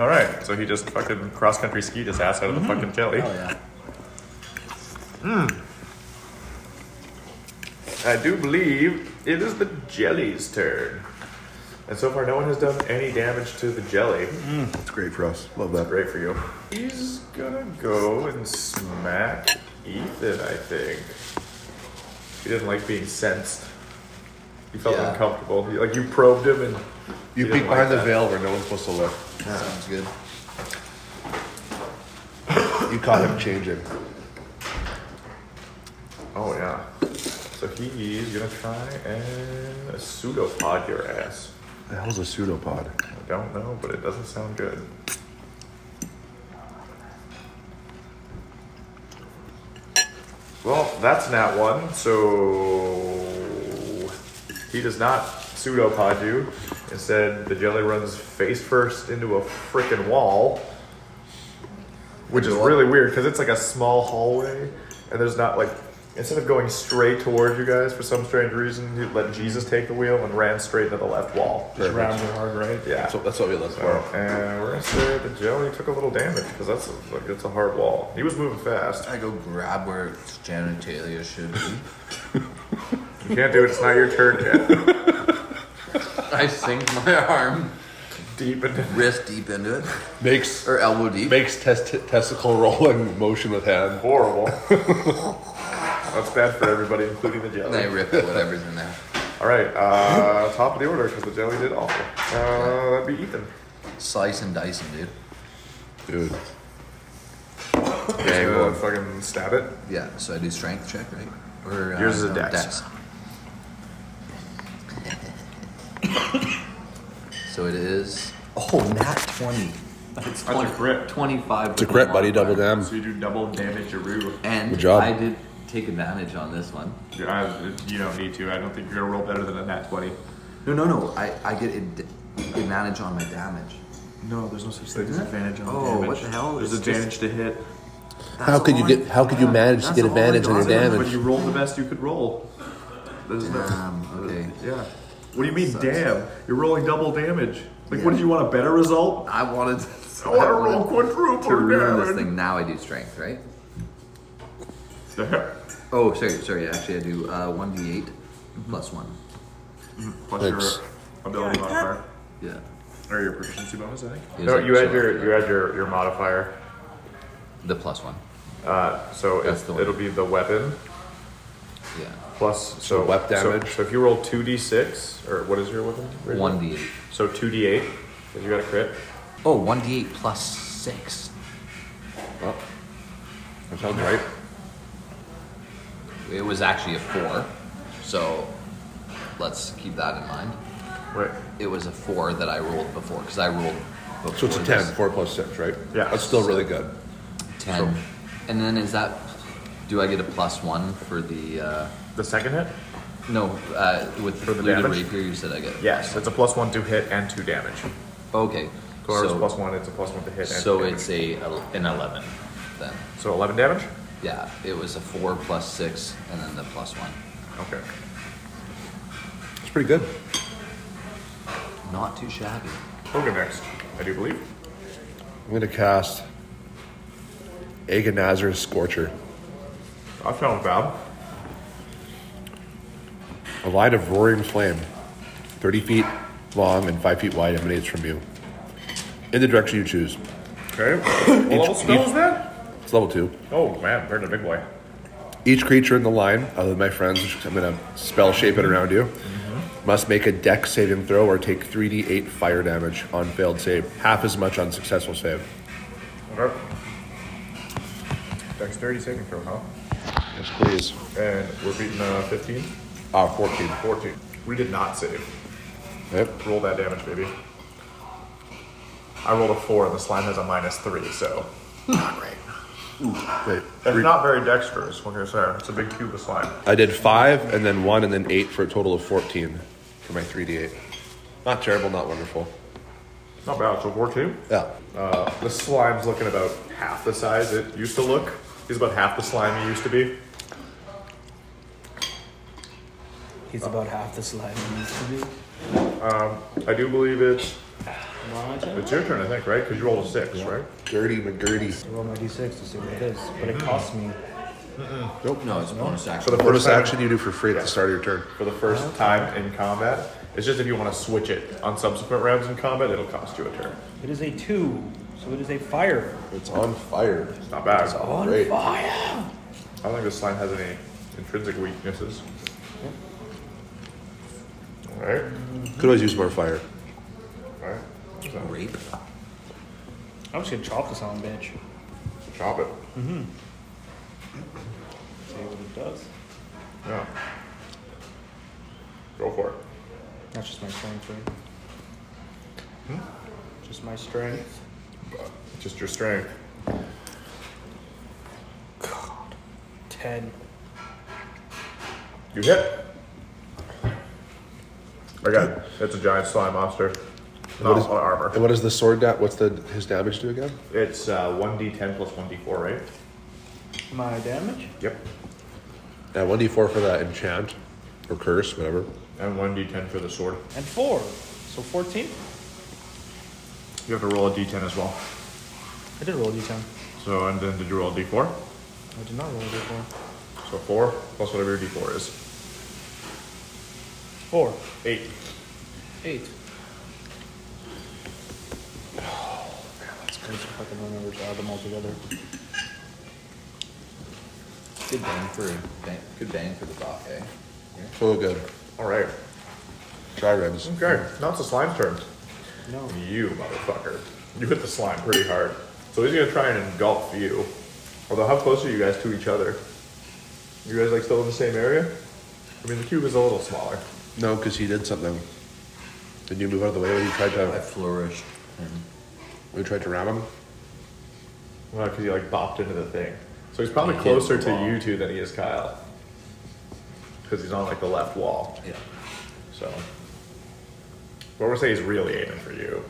Speaker 5: All right, so he just fucking cross country skied his ass out of the fucking telly.
Speaker 4: Oh yeah.
Speaker 5: Hmm. I do believe it is the jelly's turn, and so far no one has done any damage to the jelly.
Speaker 4: Mm-hmm.
Speaker 1: It's great for us. Love that.
Speaker 5: Great for you. He's gonna go and smack Ethan. I think he didn't like being sensed. He felt
Speaker 4: Yeah.
Speaker 5: uncomfortable. He, like you probed him, and
Speaker 1: You
Speaker 5: He
Speaker 1: peek
Speaker 5: didn't
Speaker 1: behind the
Speaker 5: like that.
Speaker 1: veil where no one's supposed to look.
Speaker 4: Sounds good.
Speaker 1: You caught him changing.
Speaker 5: oh yeah. So he's gonna try and pseudopod your ass.
Speaker 1: The hell's a pseudopod?
Speaker 5: I don't know, but it doesn't sound good. Well, that's not one, so he does not pseudopod you. Instead, the jelly runs face first into a freaking wall, which is really weird because it's like a small hallway, and there's not like instead of going straight towards you guys for some strange reason, he let Jesus take the wheel and ran straight into the left wall.
Speaker 3: Just round and hard right.
Speaker 5: Yeah.
Speaker 1: That's what, that's what we look for.
Speaker 5: Well, and we're gonna say the jelly took a little damage because that's a, like it's a hard wall. He was moving fast.
Speaker 4: I go grab where its genitalia should be.
Speaker 5: You can't do it. It's not your turn yet.
Speaker 4: I sink my arm
Speaker 5: Deep into
Speaker 4: wrist deep into it
Speaker 1: Makes
Speaker 4: or elbow deep.
Speaker 1: makes test testicle rolling motion with hand.
Speaker 5: horrible. that's bad for everybody, including the
Speaker 4: And I
Speaker 5: jelly.
Speaker 4: rip whatever's in there.
Speaker 5: All right, uh, top of the order because the jelly did awful. Uh, that'd be Ethan.
Speaker 4: Slice and dice 'em, dude.
Speaker 1: Dude.
Speaker 5: Just
Speaker 1: Dang
Speaker 5: gonna
Speaker 1: one.
Speaker 5: fucking stab it.
Speaker 4: Yeah, so I do strength check, right? Or uh,
Speaker 5: Yours is a dex.
Speaker 4: so it is. Oh, nat twenty. That's, 20,
Speaker 5: crit.
Speaker 4: Twenty-five.
Speaker 1: It's a crit, buddy. Double down.
Speaker 5: you do double damage to Rue.
Speaker 4: And
Speaker 1: Good job.
Speaker 4: I did take advantage on this one.
Speaker 5: You don't need to. I don't think you're gonna roll better than a nat twenty.
Speaker 4: No, no, no. I, I get ad- advantage on my damage.
Speaker 5: No, there's no such thing
Speaker 4: as advantage on Oh, damage. what the hell? There's It's just- advantage
Speaker 5: to hit.
Speaker 4: That's
Speaker 1: could you
Speaker 4: all
Speaker 1: get-
Speaker 4: I-
Speaker 1: how could you manage to
Speaker 4: that's
Speaker 1: get
Speaker 4: all I
Speaker 1: advantage on your
Speaker 4: got.
Speaker 1: damage?
Speaker 5: But you rolled the best you could roll. There's no-
Speaker 4: Damn, okay.
Speaker 5: Yeah. What do you mean, damn? You're rolling double damage. Like, what did you want a better result?
Speaker 4: I wanted.
Speaker 5: I want to roll quadruple
Speaker 4: to ruin this
Speaker 5: damage.
Speaker 4: thing. Now I do strength, right?
Speaker 5: There.
Speaker 4: Oh, sorry, sorry. Actually, I do uh, one d8 plus one.
Speaker 5: Plus
Speaker 1: Thanks.
Speaker 5: your ability modifier.
Speaker 4: Yeah.
Speaker 5: Or your proficiency bonus, I think.
Speaker 4: It was
Speaker 5: No,
Speaker 4: like
Speaker 5: you add
Speaker 4: so-
Speaker 5: your you add your, your modifier.
Speaker 4: the plus one.
Speaker 5: Uh, so
Speaker 4: That's
Speaker 5: it,
Speaker 4: the one.
Speaker 5: it'll be the weapon
Speaker 4: Yeah.
Speaker 5: plus so
Speaker 1: wep
Speaker 5: so-
Speaker 1: damage.
Speaker 5: So, if you roll two d six or what is your weapon? rating?
Speaker 4: One d8.
Speaker 5: So two d eight. If you got a crit.
Speaker 4: Oh, 1d8 plus 6.
Speaker 1: That sounds right.
Speaker 4: It was actually a 4. So let's keep that in mind.
Speaker 5: Right.
Speaker 4: It was a 4 that I rolled before because I rolled before.
Speaker 1: So it's a 10,
Speaker 4: this.
Speaker 1: 4 plus 6, right?
Speaker 5: Yeah.
Speaker 1: That's still really good.
Speaker 4: 10. And then is that. Do I get a plus 1 for the. Uh,
Speaker 5: The second hit.
Speaker 4: no, uh, with the
Speaker 5: the
Speaker 4: fluted
Speaker 5: damage?
Speaker 4: rapier you said I get.
Speaker 5: Yes, it's a plus one to hit and two damage.
Speaker 4: Okay.
Speaker 5: Or it's
Speaker 4: so
Speaker 5: plus one. It's a plus one to hit. And
Speaker 4: so
Speaker 5: two damage.
Speaker 4: it's a an 11 then.
Speaker 5: So 11 damage?
Speaker 4: Yeah, it was a 4 plus 6 and then the plus 1.
Speaker 5: Okay.
Speaker 1: It's pretty good.
Speaker 4: Not too shabby.
Speaker 5: Hogan next, I do believe.
Speaker 1: I'm going to cast Agonazer's Scorcher.
Speaker 5: I found Bob.
Speaker 1: A line of roaring flame, 30 feet long and 5 feet wide, emanates from you. In the direction you choose.
Speaker 5: Okay. What level spell is that?
Speaker 1: It's level 2.
Speaker 5: Oh, man, burn a big boy.
Speaker 1: Each creature in the line, other than my friends, which I'm going to spell shape it around you, must make a deck saving throw or take 3d8 fire damage on failed save, half as much on successful save.
Speaker 5: Okay. Dexterity saving throw, huh?
Speaker 1: Yes, please.
Speaker 5: And we're beating uh, 15,
Speaker 1: Ah, 14.
Speaker 5: 14. We did not save.
Speaker 1: Yep.
Speaker 5: Roll that damage, baby. I rolled a 4, and the slime has a minus 3, so.
Speaker 1: Wait.
Speaker 5: It's not very dexterous, what can I say? It's a big cube of slime.
Speaker 1: I did five, and then one, and then eight for a total of fourteen for my three d eight. Not terrible, not wonderful.
Speaker 5: Not bad, so 14?
Speaker 1: Yeah.
Speaker 5: Uh, the slime's looking about half the size it used to look. He's about half the slime he used to be.
Speaker 3: He's about half the slime he needs to be.
Speaker 5: I do believe it's
Speaker 3: My turn?
Speaker 5: it's your turn, I think, right? Because you rolled a six, right?
Speaker 1: Dirty McGirty.
Speaker 3: Roll my d6 to see what it is, but it costs me.
Speaker 4: No, it's a bonus
Speaker 5: For
Speaker 4: action.
Speaker 5: the
Speaker 1: Bonus
Speaker 5: first time,
Speaker 1: action you do for free at the start of your turn.
Speaker 5: for the first time in combat, it's just if you want to switch it on subsequent rounds in combat, it'll cost you a turn.
Speaker 3: It is a two, so it is a fire.
Speaker 1: It's on fire.
Speaker 5: It's not bad.
Speaker 3: On
Speaker 1: Great.
Speaker 3: fire!
Speaker 5: I don't think this slime has any intrinsic weaknesses. All right,
Speaker 1: Could always use more fire.
Speaker 5: all right. So
Speaker 4: Rape.
Speaker 3: I'm just gonna chop this on, bitch.
Speaker 5: chop it.
Speaker 3: See what it does.
Speaker 5: Yeah. Go for it.
Speaker 3: That's just my strength, right? Just my strength.
Speaker 5: Just your strength.
Speaker 3: God. Ten.
Speaker 5: You hit. I got it. It's a giant slime monster. Not
Speaker 1: What is-
Speaker 5: a lot of armor.
Speaker 1: And what does the sword da- What's the his damage do again?
Speaker 5: It's uh, 1d10 plus 1d4, right?
Speaker 3: My damage?
Speaker 5: Yep.
Speaker 1: Yeah, one d four for that enchant or curse, whatever.
Speaker 5: And 1d10 for the sword.
Speaker 3: And four. So 14?
Speaker 5: You have to roll a d10 as well.
Speaker 3: I did roll a d10.
Speaker 5: So, and then did you roll a d4?
Speaker 3: I did not roll a d4.
Speaker 5: So 4 plus whatever your d4 is.
Speaker 3: Four.
Speaker 5: 8.
Speaker 3: Eight. Oh, That's crazy. I can remember to add them all together.
Speaker 4: Good bang for bang, good bang for the buck, eh?
Speaker 1: Oh, good.
Speaker 5: Alright.
Speaker 1: Try ribs.
Speaker 5: Okay, now it's the slime's turn.
Speaker 3: No.
Speaker 5: You motherfucker. You hit the slime pretty hard. So he's gonna try and engulf you. Although, how close are you guys to each other? You guys like still in the same area? I mean, the cube is a little smaller.
Speaker 1: No, because he did something. Did you move out of the way when you tried
Speaker 4: I
Speaker 1: to
Speaker 4: flourished. And
Speaker 1: when you tried to ram him?
Speaker 5: Well, because he like bopped into the thing. So he's probably
Speaker 4: He hit
Speaker 5: closer
Speaker 4: the
Speaker 5: to
Speaker 4: wall.
Speaker 5: you two than he is Kyle. Because he's on like the left wall.
Speaker 4: yeah.
Speaker 5: So. But we're gonna say he's really aiming for you.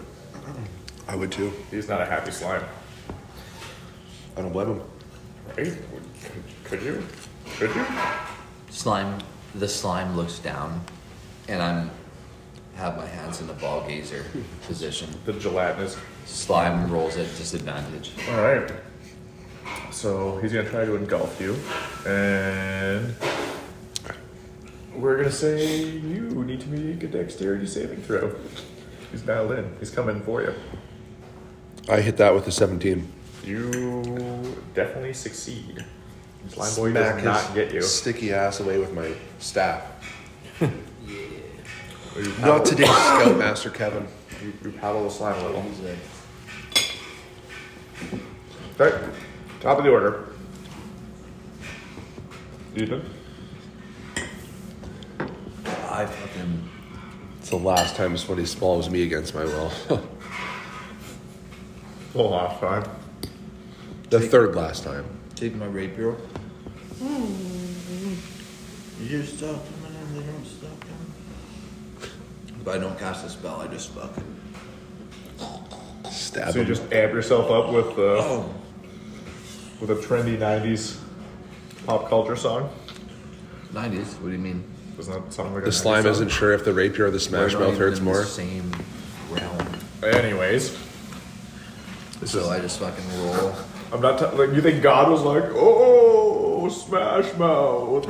Speaker 1: I would too.
Speaker 5: He's not a happy slime.
Speaker 1: I don't blame him.
Speaker 5: Right? Could, could you? Could you?
Speaker 4: Slime. The slime looks down, and I'm have my hands in the ball gazer position.
Speaker 5: The gelatinous.
Speaker 4: Slime rolls at disadvantage.
Speaker 5: Alright. So he's gonna try to engulf you. And. We're gonna say you need to make a dexterity saving throw. He's dialed in, he's coming for you.
Speaker 1: I hit that with a seventeen.
Speaker 5: You definitely succeed. Slime Boy does not get you.
Speaker 1: sticky ass away with my staff.
Speaker 5: You paddle-
Speaker 1: Not today, Scoutmaster Kevin.
Speaker 5: You, you paddle the slime a little. Okay, top of the order. Ethan?
Speaker 4: I fucking.
Speaker 1: It's the last time somebody swallows me against my will.
Speaker 5: The last time.
Speaker 1: the third last time.
Speaker 4: Take my rapier. Hmm. You stop them and then they don't stop them. If I don't cast a spell, I just fucking.
Speaker 1: Stab
Speaker 5: So you
Speaker 1: him.
Speaker 5: just amp yourself up with uh,
Speaker 4: Oh,
Speaker 5: with a trendy 90s pop culture song?
Speaker 4: 90s. What do you mean?
Speaker 5: Doesn't that sound like a
Speaker 1: The
Speaker 5: 90s
Speaker 1: slime
Speaker 5: song?
Speaker 1: isn't sure if the rapier or the smash
Speaker 4: We're not
Speaker 1: mouth
Speaker 4: even
Speaker 1: hurts
Speaker 4: in the
Speaker 1: more.
Speaker 4: Same realm.
Speaker 5: Anyways,
Speaker 4: So I just fucking roll.
Speaker 5: I'm not. T- like, you think God was like, oh, Smash Mouth?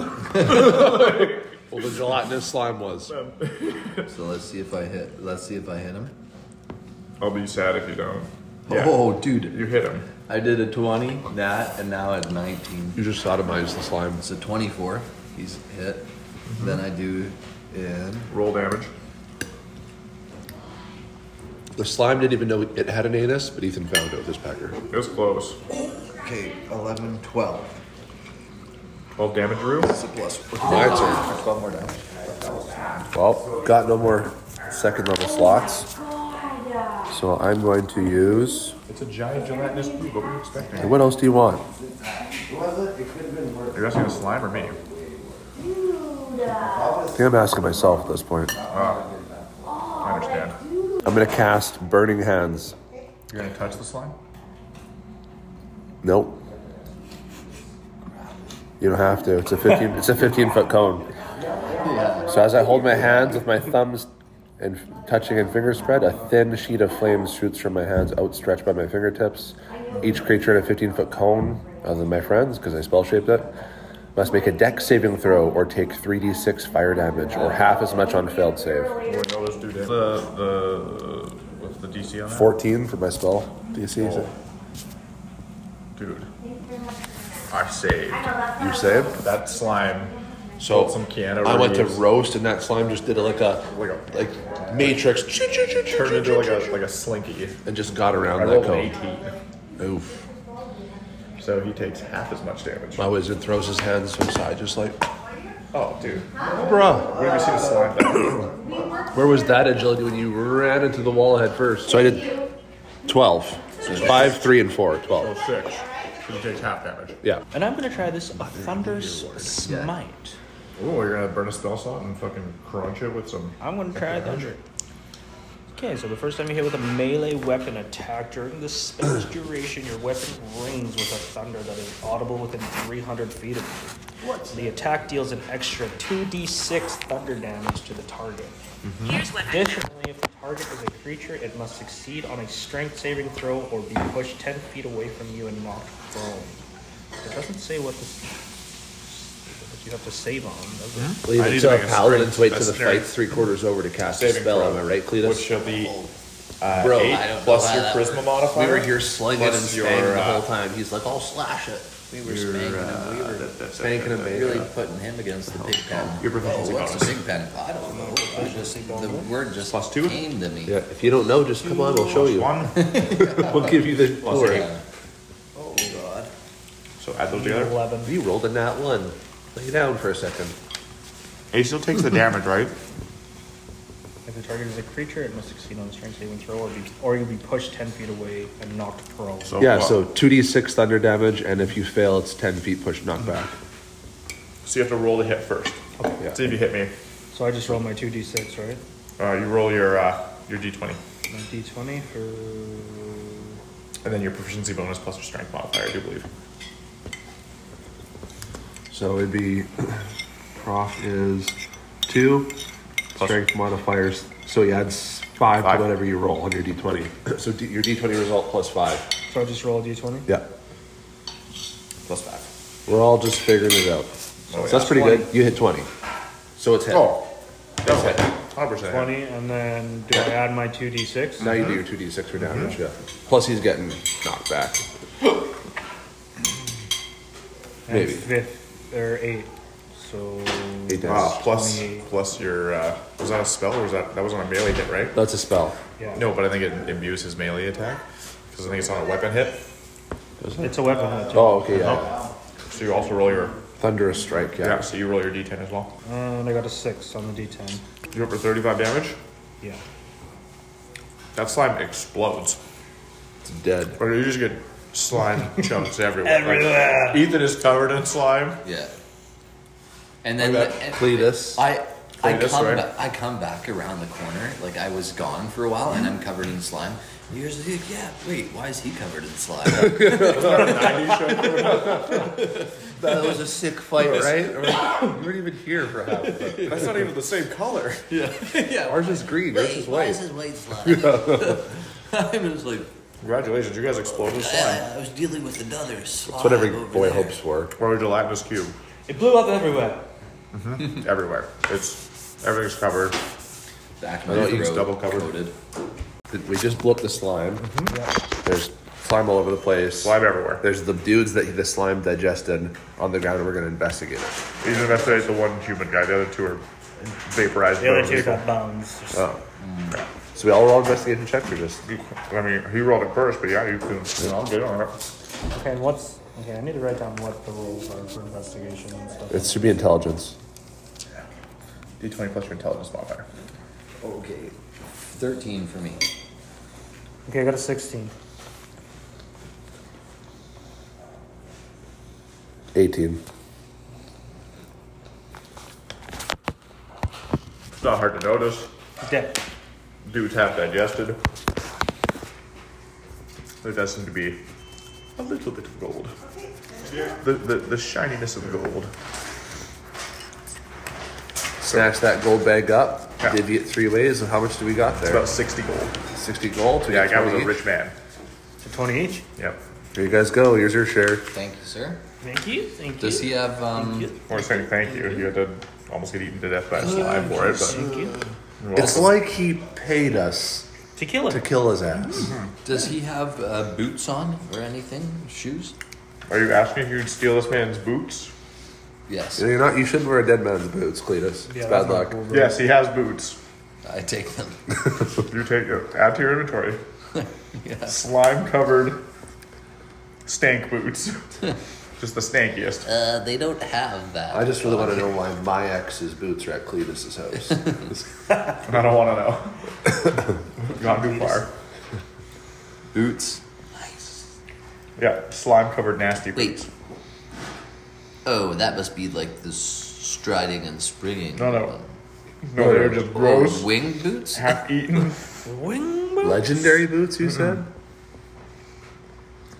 Speaker 1: Well, the gelatinous slime was.
Speaker 4: So let's see if I hit. Let's see if I hit him.
Speaker 5: I'll be sad if you don't.
Speaker 4: Oh, dude,
Speaker 5: You hit him.
Speaker 4: I did a 20, that, and now at 19.
Speaker 1: You just sodomized the slime. Mm-hmm.
Speaker 4: So 24. He's hit. Then I do in.
Speaker 5: Roll damage.
Speaker 1: The slime didn't even know it had an anus, but Ethan found it with his pecker.
Speaker 5: It was close.
Speaker 4: Okay, 11, 12.
Speaker 5: 12 damage, Rue.
Speaker 4: It's a plus four.
Speaker 1: My turn.
Speaker 4: 12 more damage.
Speaker 1: Well, got no more second level slots. So I'm going to use.
Speaker 5: It's a giant gelatinous cube. What were you expecting?
Speaker 1: What else do you want?
Speaker 5: Are you asking a slime or me?
Speaker 1: I think I'm asking myself at this point.
Speaker 5: I understand.
Speaker 1: I'm going to cast Burning Hands.
Speaker 5: You're gonna touch the slime?
Speaker 1: Nope. You don't have to. It's a 15. It's a 15 foot cone. So as I hold my hands with my thumbs and touching and finger spread, a thin sheet of flame shoots from my hands, outstretched by my fingertips. Each creature in a 15 foot cone, other than my friends, because I spell shaped it, must make a deck saving throw or take 3d6 fire damage, or half as much on failed save.
Speaker 5: The the what's the DC on that?
Speaker 1: 14 for my spell. DC.
Speaker 5: Oh. Dude, I saved.
Speaker 1: You save.
Speaker 5: That slime.
Speaker 1: So
Speaker 5: Put some Keanu
Speaker 1: I went to
Speaker 5: Reeves.
Speaker 1: roast, and that slime just did a, like a
Speaker 5: Like a-
Speaker 1: like matrix, choo, choo, choo, choo,
Speaker 5: Turned
Speaker 1: choo,
Speaker 5: into like
Speaker 1: choo,
Speaker 5: a
Speaker 1: choo,
Speaker 5: like a slinky.
Speaker 1: choo, and just got
Speaker 5: I
Speaker 1: around that
Speaker 5: rolled an
Speaker 1: cone.
Speaker 5: 18,
Speaker 1: Oof!
Speaker 5: so he takes half as much damage.
Speaker 1: My wizard throws his hands to the side, just like,
Speaker 5: Oh, dude,
Speaker 1: bruh.
Speaker 5: we ever seen a slime that
Speaker 1: Where was that agility when you ran into the wall head first? So I did twelve. Five, three, and four. Twelve.
Speaker 5: six? So Oh, he takes half damage.
Speaker 1: Yeah.
Speaker 3: And I'm gonna try this a thunder's smite.
Speaker 5: Ooh, you're gonna burn a spell slot and fucking crunch it with some.
Speaker 3: I'm gonna try that. Okay, so the first time you hit with a melee weapon attack during the spell's duration, your weapon rings with a thunder that is audible within 300 feet of you. What? The attack deals an extra 2d6 thunder damage to the target.
Speaker 9: Here's what I
Speaker 3: Additionally, if the target is a creature, it must succeed on a strength saving throw or be pushed 10 feet away from you and knocked prone. It doesn't say what this. What you have to save on, does it?
Speaker 1: Leave
Speaker 5: I need
Speaker 1: it
Speaker 5: to
Speaker 1: to
Speaker 5: make a
Speaker 1: a paladin's
Speaker 5: strength-
Speaker 1: wait till
Speaker 5: a
Speaker 1: the
Speaker 5: strength-
Speaker 1: fight's three quarters over to cast a
Speaker 5: Saving
Speaker 1: spell.
Speaker 5: throw.
Speaker 1: Am I right,
Speaker 5: Which
Speaker 1: Cletus?
Speaker 5: shall be uh,
Speaker 1: Bro,
Speaker 5: eight
Speaker 4: I don't know
Speaker 5: plus
Speaker 4: why
Speaker 5: your
Speaker 4: that-
Speaker 5: charisma modifier.
Speaker 4: We were here slinging and
Speaker 5: plus
Speaker 4: spanking
Speaker 5: your,
Speaker 4: the
Speaker 5: uh,
Speaker 4: whole time. He's like, I'll slash it. We were spanking
Speaker 1: uh,
Speaker 4: him. We were
Speaker 1: Spanking and banging.
Speaker 4: really putting him against the big pen.
Speaker 1: Your proficiency
Speaker 4: oh, what's a
Speaker 1: bonus.
Speaker 4: big pen? I don't know. I just, the word just
Speaker 5: Plus two?
Speaker 4: came to me.
Speaker 1: Yeah. If you don't know, just come on. We'll show you.
Speaker 5: One.
Speaker 1: We'll give you the glory.
Speaker 4: Yeah. Oh, God.
Speaker 5: So add those together.
Speaker 3: 11.
Speaker 1: You rolled a nat one. Lay down for a second.
Speaker 5: He still takes the damage, right?
Speaker 3: If the target is a creature, it must succeed on a strength saving throw, or, be, or you'll be pushed 10 feet away and knocked prone.
Speaker 5: So
Speaker 1: Yeah,
Speaker 5: what?
Speaker 1: so 2d6 thunder damage, and if you fail, it's 10 feet push knockback.
Speaker 5: So you have to roll the hit first.
Speaker 1: Yeah.
Speaker 5: See if you hit me.
Speaker 3: So I just roll my 2d6, right?
Speaker 5: Uh, you roll your uh, your d20,
Speaker 3: My d20 for.
Speaker 5: and then your proficiency bonus plus your strength modifier. I do believe.
Speaker 1: So it'd be prof is 2, strength modifiers. So you add s- 5,
Speaker 5: Five.
Speaker 1: to whatever you roll on your d20. So d- your d20 result plus 5.
Speaker 3: So I just roll a d20?
Speaker 1: Yeah.
Speaker 5: Plus five.
Speaker 1: We're all just figuring it out.
Speaker 5: Oh, yeah.
Speaker 1: So that's pretty
Speaker 3: 20.
Speaker 1: good. You hit 20. So it's hit.
Speaker 5: Oh, that's it. Hundred percent.
Speaker 3: 20, and then do I add my 2d6?
Speaker 1: Now you do your 2d6 for damage, yeah. Plus he's getting knocked back.
Speaker 3: And
Speaker 1: maybe.
Speaker 3: Fifth, or 8. So.
Speaker 1: 8 damage.
Speaker 5: Wow. Plus
Speaker 3: 28.
Speaker 5: plus your uh, was that a spell or was that that was on a melee hit, right?
Speaker 1: That's a spell.
Speaker 3: Yeah.
Speaker 5: No, but I think it imbues his melee attack because I think it's on a weapon hit.
Speaker 3: It's a weapon hit, too.
Speaker 1: Oh, okay, yeah.
Speaker 5: So you also roll your
Speaker 1: Thunderous strike,
Speaker 5: yeah.
Speaker 1: yeah.
Speaker 5: So you roll your d10 as well.
Speaker 3: And I got a 6 on the d10.
Speaker 5: You're up for 35 damage.
Speaker 3: Yeah.
Speaker 5: That slime explodes.
Speaker 1: It's dead.
Speaker 5: Or you just get slime chunks everywhere. Everywhere. Ethan is covered in slime.
Speaker 4: Yeah. And then
Speaker 5: Okay.
Speaker 4: and-
Speaker 1: Cletus.
Speaker 4: I I
Speaker 5: Cletus,
Speaker 4: come
Speaker 5: right?
Speaker 4: ba- I come back around the corner. Like I was gone for a while, and I'm covered in slime. And Yours is like, yeah. Wait, why is he covered in slime?
Speaker 1: That was a sick fight, right? you weren't even here for half. of it.
Speaker 5: That's not even the same color.
Speaker 1: Ours is green. Yours
Speaker 4: wait,
Speaker 1: is
Speaker 4: why is
Speaker 1: white.
Speaker 4: his white slime? I'm just like,
Speaker 5: Congratulations, you guys exploded in slime.
Speaker 4: yeah, I was dealing with another slime.
Speaker 1: That's what every
Speaker 4: over
Speaker 1: boy
Speaker 4: there.
Speaker 1: hopes for.
Speaker 5: Or a gelatinous cube
Speaker 3: It blew up everywhere.
Speaker 5: everywhere. It's everything's covered.
Speaker 4: Back
Speaker 1: I know,
Speaker 4: of the
Speaker 1: he's
Speaker 4: road,
Speaker 5: double covered.
Speaker 4: coated.
Speaker 1: Did We just blew up the slime. There's Mm-hmm. slime all over the place.
Speaker 5: Slime everywhere.
Speaker 1: There's the dudes that the slime digested on the ground, and we're gonna investigate it.
Speaker 5: He's investigating the one human guy. The other two are vaporized.
Speaker 3: The other
Speaker 5: bones.
Speaker 3: two got bones.
Speaker 1: Oh. So we all roll investigation checks, or just
Speaker 5: I mean, he rolled it first, but yeah, you can. You know, get on it.
Speaker 3: Okay, and what's. Okay, I need to write down what the rules are for investigation and stuff.
Speaker 1: it should be intelligence.
Speaker 5: D20 plus your intelligence modifier.
Speaker 4: Okay, thirteen for me.
Speaker 9: Okay, I got a 16.
Speaker 1: 18.
Speaker 5: It's not hard to notice.
Speaker 9: Dead.
Speaker 5: Dude's half digested. There does seem to be a little bit of gold. The, the, the shininess of gold.
Speaker 1: Snatch that gold bag up.
Speaker 5: Yeah.
Speaker 1: Divvy it three ways. And how much do we got
Speaker 5: It's
Speaker 1: there?
Speaker 5: about 60 gold.
Speaker 1: 60 gold. We
Speaker 5: Yeah,
Speaker 1: got
Speaker 5: guy was
Speaker 1: 20
Speaker 5: a
Speaker 1: each.
Speaker 5: rich man.
Speaker 9: So 20 each.
Speaker 5: Yep.
Speaker 1: Here you guys go. Here's your share.
Speaker 4: Thank you, sir.
Speaker 9: Thank you. Thank
Speaker 4: Does he have um?
Speaker 9: you.
Speaker 5: We're saying thank you. He had to almost get eaten to death by a slime for it, but
Speaker 9: Thank you.
Speaker 1: It's like he paid us
Speaker 9: Tequila.
Speaker 1: to kill his ass.
Speaker 4: Does he have uh, boots on or anything? Shoes?
Speaker 5: are you asking if you'd steal this man's boots?
Speaker 4: Yes.
Speaker 1: You know, You're not. You shouldn't wear a dead man's boots, Cletus.
Speaker 9: Yeah,
Speaker 1: it's
Speaker 9: that's
Speaker 1: bad
Speaker 9: not
Speaker 1: luck.
Speaker 9: cool, bro.
Speaker 5: Yes, he has boots.
Speaker 4: I take them.
Speaker 5: You take it. Add to your inventory.
Speaker 4: yeah.
Speaker 5: Slime covered stank boots. Just the stankiest.
Speaker 4: Uh, they don't have that.
Speaker 1: I just really want to know why my ex's boots are at Cletus's house.
Speaker 5: I don't want to know. Gone too far.
Speaker 4: boots.
Speaker 5: Yeah, slime covered nasty boots.
Speaker 4: Wait. Oh, that must be like the s- striding and springing.
Speaker 5: No, no.
Speaker 4: one.
Speaker 5: No, they're just gross,
Speaker 4: Or wing boots.
Speaker 5: half eaten.
Speaker 9: Wing
Speaker 1: Legendary boots, you said?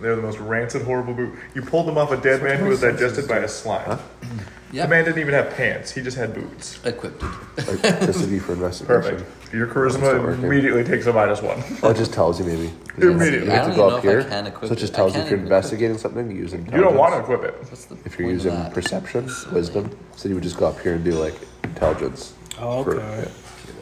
Speaker 5: They're the most rancid, horrible boot. You pulled them off a dead man who was digested by a slime. The
Speaker 4: Yeah.
Speaker 5: man didn't even have pants, he just had boots.
Speaker 4: Equipped.
Speaker 1: Like, this would be for investigation.
Speaker 5: Mm-hmm. Perfect. Your
Speaker 1: not
Speaker 5: charisma
Speaker 1: working.
Speaker 5: immediately takes a minus one.
Speaker 1: Oh, it just tells you maybe.
Speaker 5: Immediately.
Speaker 1: You have
Speaker 4: I
Speaker 1: to go
Speaker 4: don't even
Speaker 1: up
Speaker 4: know if I
Speaker 1: here.
Speaker 4: can equip
Speaker 1: So it just
Speaker 4: it. I
Speaker 1: tells you if
Speaker 4: can't
Speaker 1: you're
Speaker 4: even equip it.
Speaker 1: investigating something, you use intelligence.
Speaker 5: You don't want to equip it.
Speaker 4: What's the
Speaker 1: If you're
Speaker 4: point of
Speaker 1: using
Speaker 4: that?
Speaker 1: perception, wisdom, so you would just go up here and do like intelligence.
Speaker 9: Oh,
Speaker 1: for-
Speaker 9: okay.
Speaker 1: yeah.
Speaker 4: Okay,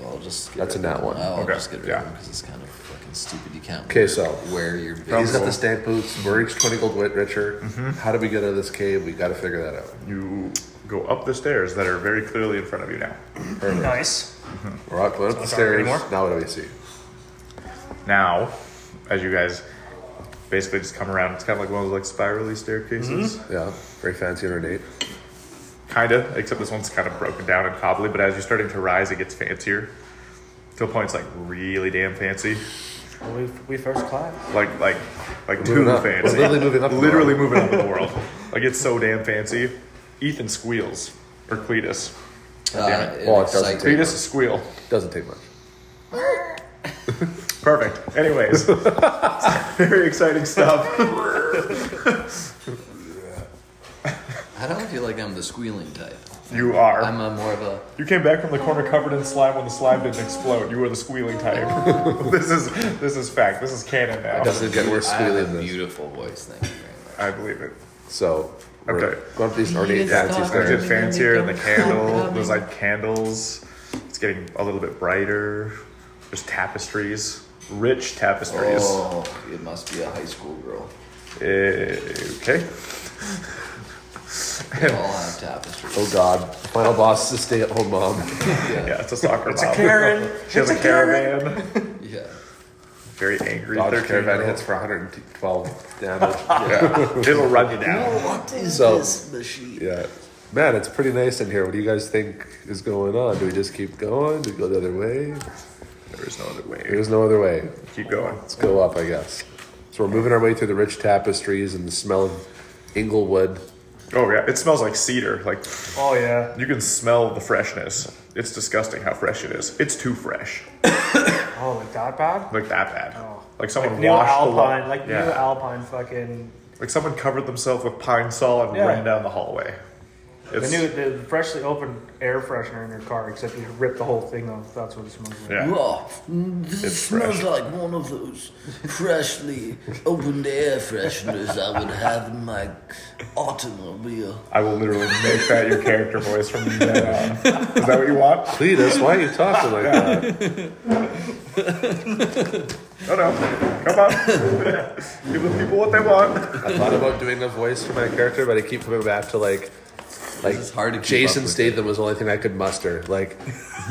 Speaker 4: well, I'll just. Get
Speaker 1: That's a
Speaker 4: rid of
Speaker 1: nat one.
Speaker 4: I'll
Speaker 5: Okay,
Speaker 4: just get rid
Speaker 5: yeah.
Speaker 4: of because it's kind of fucking stupid. You can't.
Speaker 1: Okay,
Speaker 4: wear-
Speaker 1: so-
Speaker 4: wear your.
Speaker 1: He's got
Speaker 4: boots.
Speaker 1: the stamp boots. We're each 20 gold wit richer.
Speaker 5: Mm-hmm.
Speaker 1: How do we get out of this cave? We got to figure that out.
Speaker 5: You go up the stairs that are very clearly in front of you now.
Speaker 9: Nice.
Speaker 1: We're not going up the
Speaker 5: dark
Speaker 1: stairs.
Speaker 5: anymore?
Speaker 1: Now what do we see?
Speaker 5: Now, as you guys basically just come around, it's kind of like one of those like spirally staircases.
Speaker 1: Yeah, very fancy and ornate. Mm-hmm.
Speaker 5: Kinda, except this one's kind of broken down and cobbly, but as you're starting to rise, it gets fancier. To a point, it's like really damn fancy.
Speaker 9: Well, we, we first class.
Speaker 5: Like, like, like
Speaker 1: moving
Speaker 5: too
Speaker 1: up. We're
Speaker 5: fancy.
Speaker 1: literally moving up in the
Speaker 5: Literally
Speaker 1: world.
Speaker 5: moving up in the world. Like, it's so damn fancy. Ethan squeals, or Cletus.
Speaker 4: Uh,
Speaker 5: Damn it.
Speaker 4: it
Speaker 1: Well, Oh, it
Speaker 4: looks
Speaker 1: doesn't
Speaker 4: like-
Speaker 1: take-
Speaker 5: Cletus squeal.
Speaker 1: Doesn't take much.
Speaker 5: Perfect. Anyways, very exciting stuff.
Speaker 4: I don't feel like I'm the squealing type.
Speaker 5: You are.
Speaker 4: I'm a more of a.
Speaker 5: You came back from the corner covered in slime when the slime didn't explode. You were the squealing type. this is this is fact. This is canon now.
Speaker 1: Doesn't get worse
Speaker 4: I have
Speaker 1: squealing
Speaker 4: a
Speaker 1: than this.
Speaker 4: beautiful voice. Thank you very much.
Speaker 5: I believe it.
Speaker 1: So we're
Speaker 5: Okay.
Speaker 1: going up these ornate
Speaker 4: Yeah,
Speaker 1: fancy
Speaker 4: stop.
Speaker 5: It's
Speaker 1: stairs.
Speaker 5: getting fancier, and the candle. There's like candles. It's getting a little bit brighter. There's tapestries, rich tapestries.
Speaker 4: Oh, it must be a high school girl.
Speaker 5: Eh, okay.
Speaker 4: They all have tapestries.
Speaker 1: Oh God! Final boss is a stay-at-home mom.
Speaker 5: Yeah, it's a soccer
Speaker 9: It's
Speaker 5: mom.
Speaker 9: a Karen.
Speaker 5: She has
Speaker 9: It's
Speaker 5: a caravan.
Speaker 4: Yeah.
Speaker 5: Very angry.
Speaker 1: Dodge
Speaker 5: 13
Speaker 1: caravan
Speaker 5: year old.
Speaker 1: hits for 112 damage.
Speaker 5: Yeah. It'll run you down.
Speaker 4: What is
Speaker 1: So-
Speaker 4: this machine?
Speaker 1: yeah, man, it's pretty nice in here. What do you guys think is going on? Do we just keep going? Do we go the other way?
Speaker 5: There's no other way.
Speaker 1: There's no other way.
Speaker 5: Keep going.
Speaker 1: Let's go up, I guess. So we're moving our way through the rich tapestries and the smell of Inglewood.
Speaker 5: Oh yeah, it smells like cedar. Like
Speaker 9: Oh, yeah.
Speaker 5: You can smell the freshness. It's disgusting how fresh it is. It's too fresh.
Speaker 9: Oh, like that bad?
Speaker 5: Like that bad.
Speaker 9: Oh.
Speaker 5: Like someone
Speaker 9: New
Speaker 5: washed
Speaker 9: Alpine.
Speaker 5: the wa-
Speaker 9: Like
Speaker 5: yeah.
Speaker 9: new Alpine fucking.
Speaker 5: Like someone covered themselves with pine saw and
Speaker 9: Yeah.
Speaker 5: ran down the hallway.
Speaker 9: The
Speaker 5: It's
Speaker 9: new, the freshly opened air freshener in your car, except you ripped the whole thing off. That's what it smells like.
Speaker 5: yeah.
Speaker 10: Oh, this
Speaker 5: It's
Speaker 10: smells
Speaker 5: fresh.
Speaker 10: like one of those freshly opened air fresheners I would have in my automobile.
Speaker 5: I will literally make that your character voice from then on. Is that what you want?
Speaker 1: Cletus, why are you talking like that?
Speaker 5: No, no. Come on. Give the people what they want.
Speaker 1: I thought about doing a voice for my character, but I keep coming back to like, like
Speaker 4: is hard to keep up
Speaker 1: Jason
Speaker 4: with.
Speaker 1: Statham was the only thing I could muster. Like,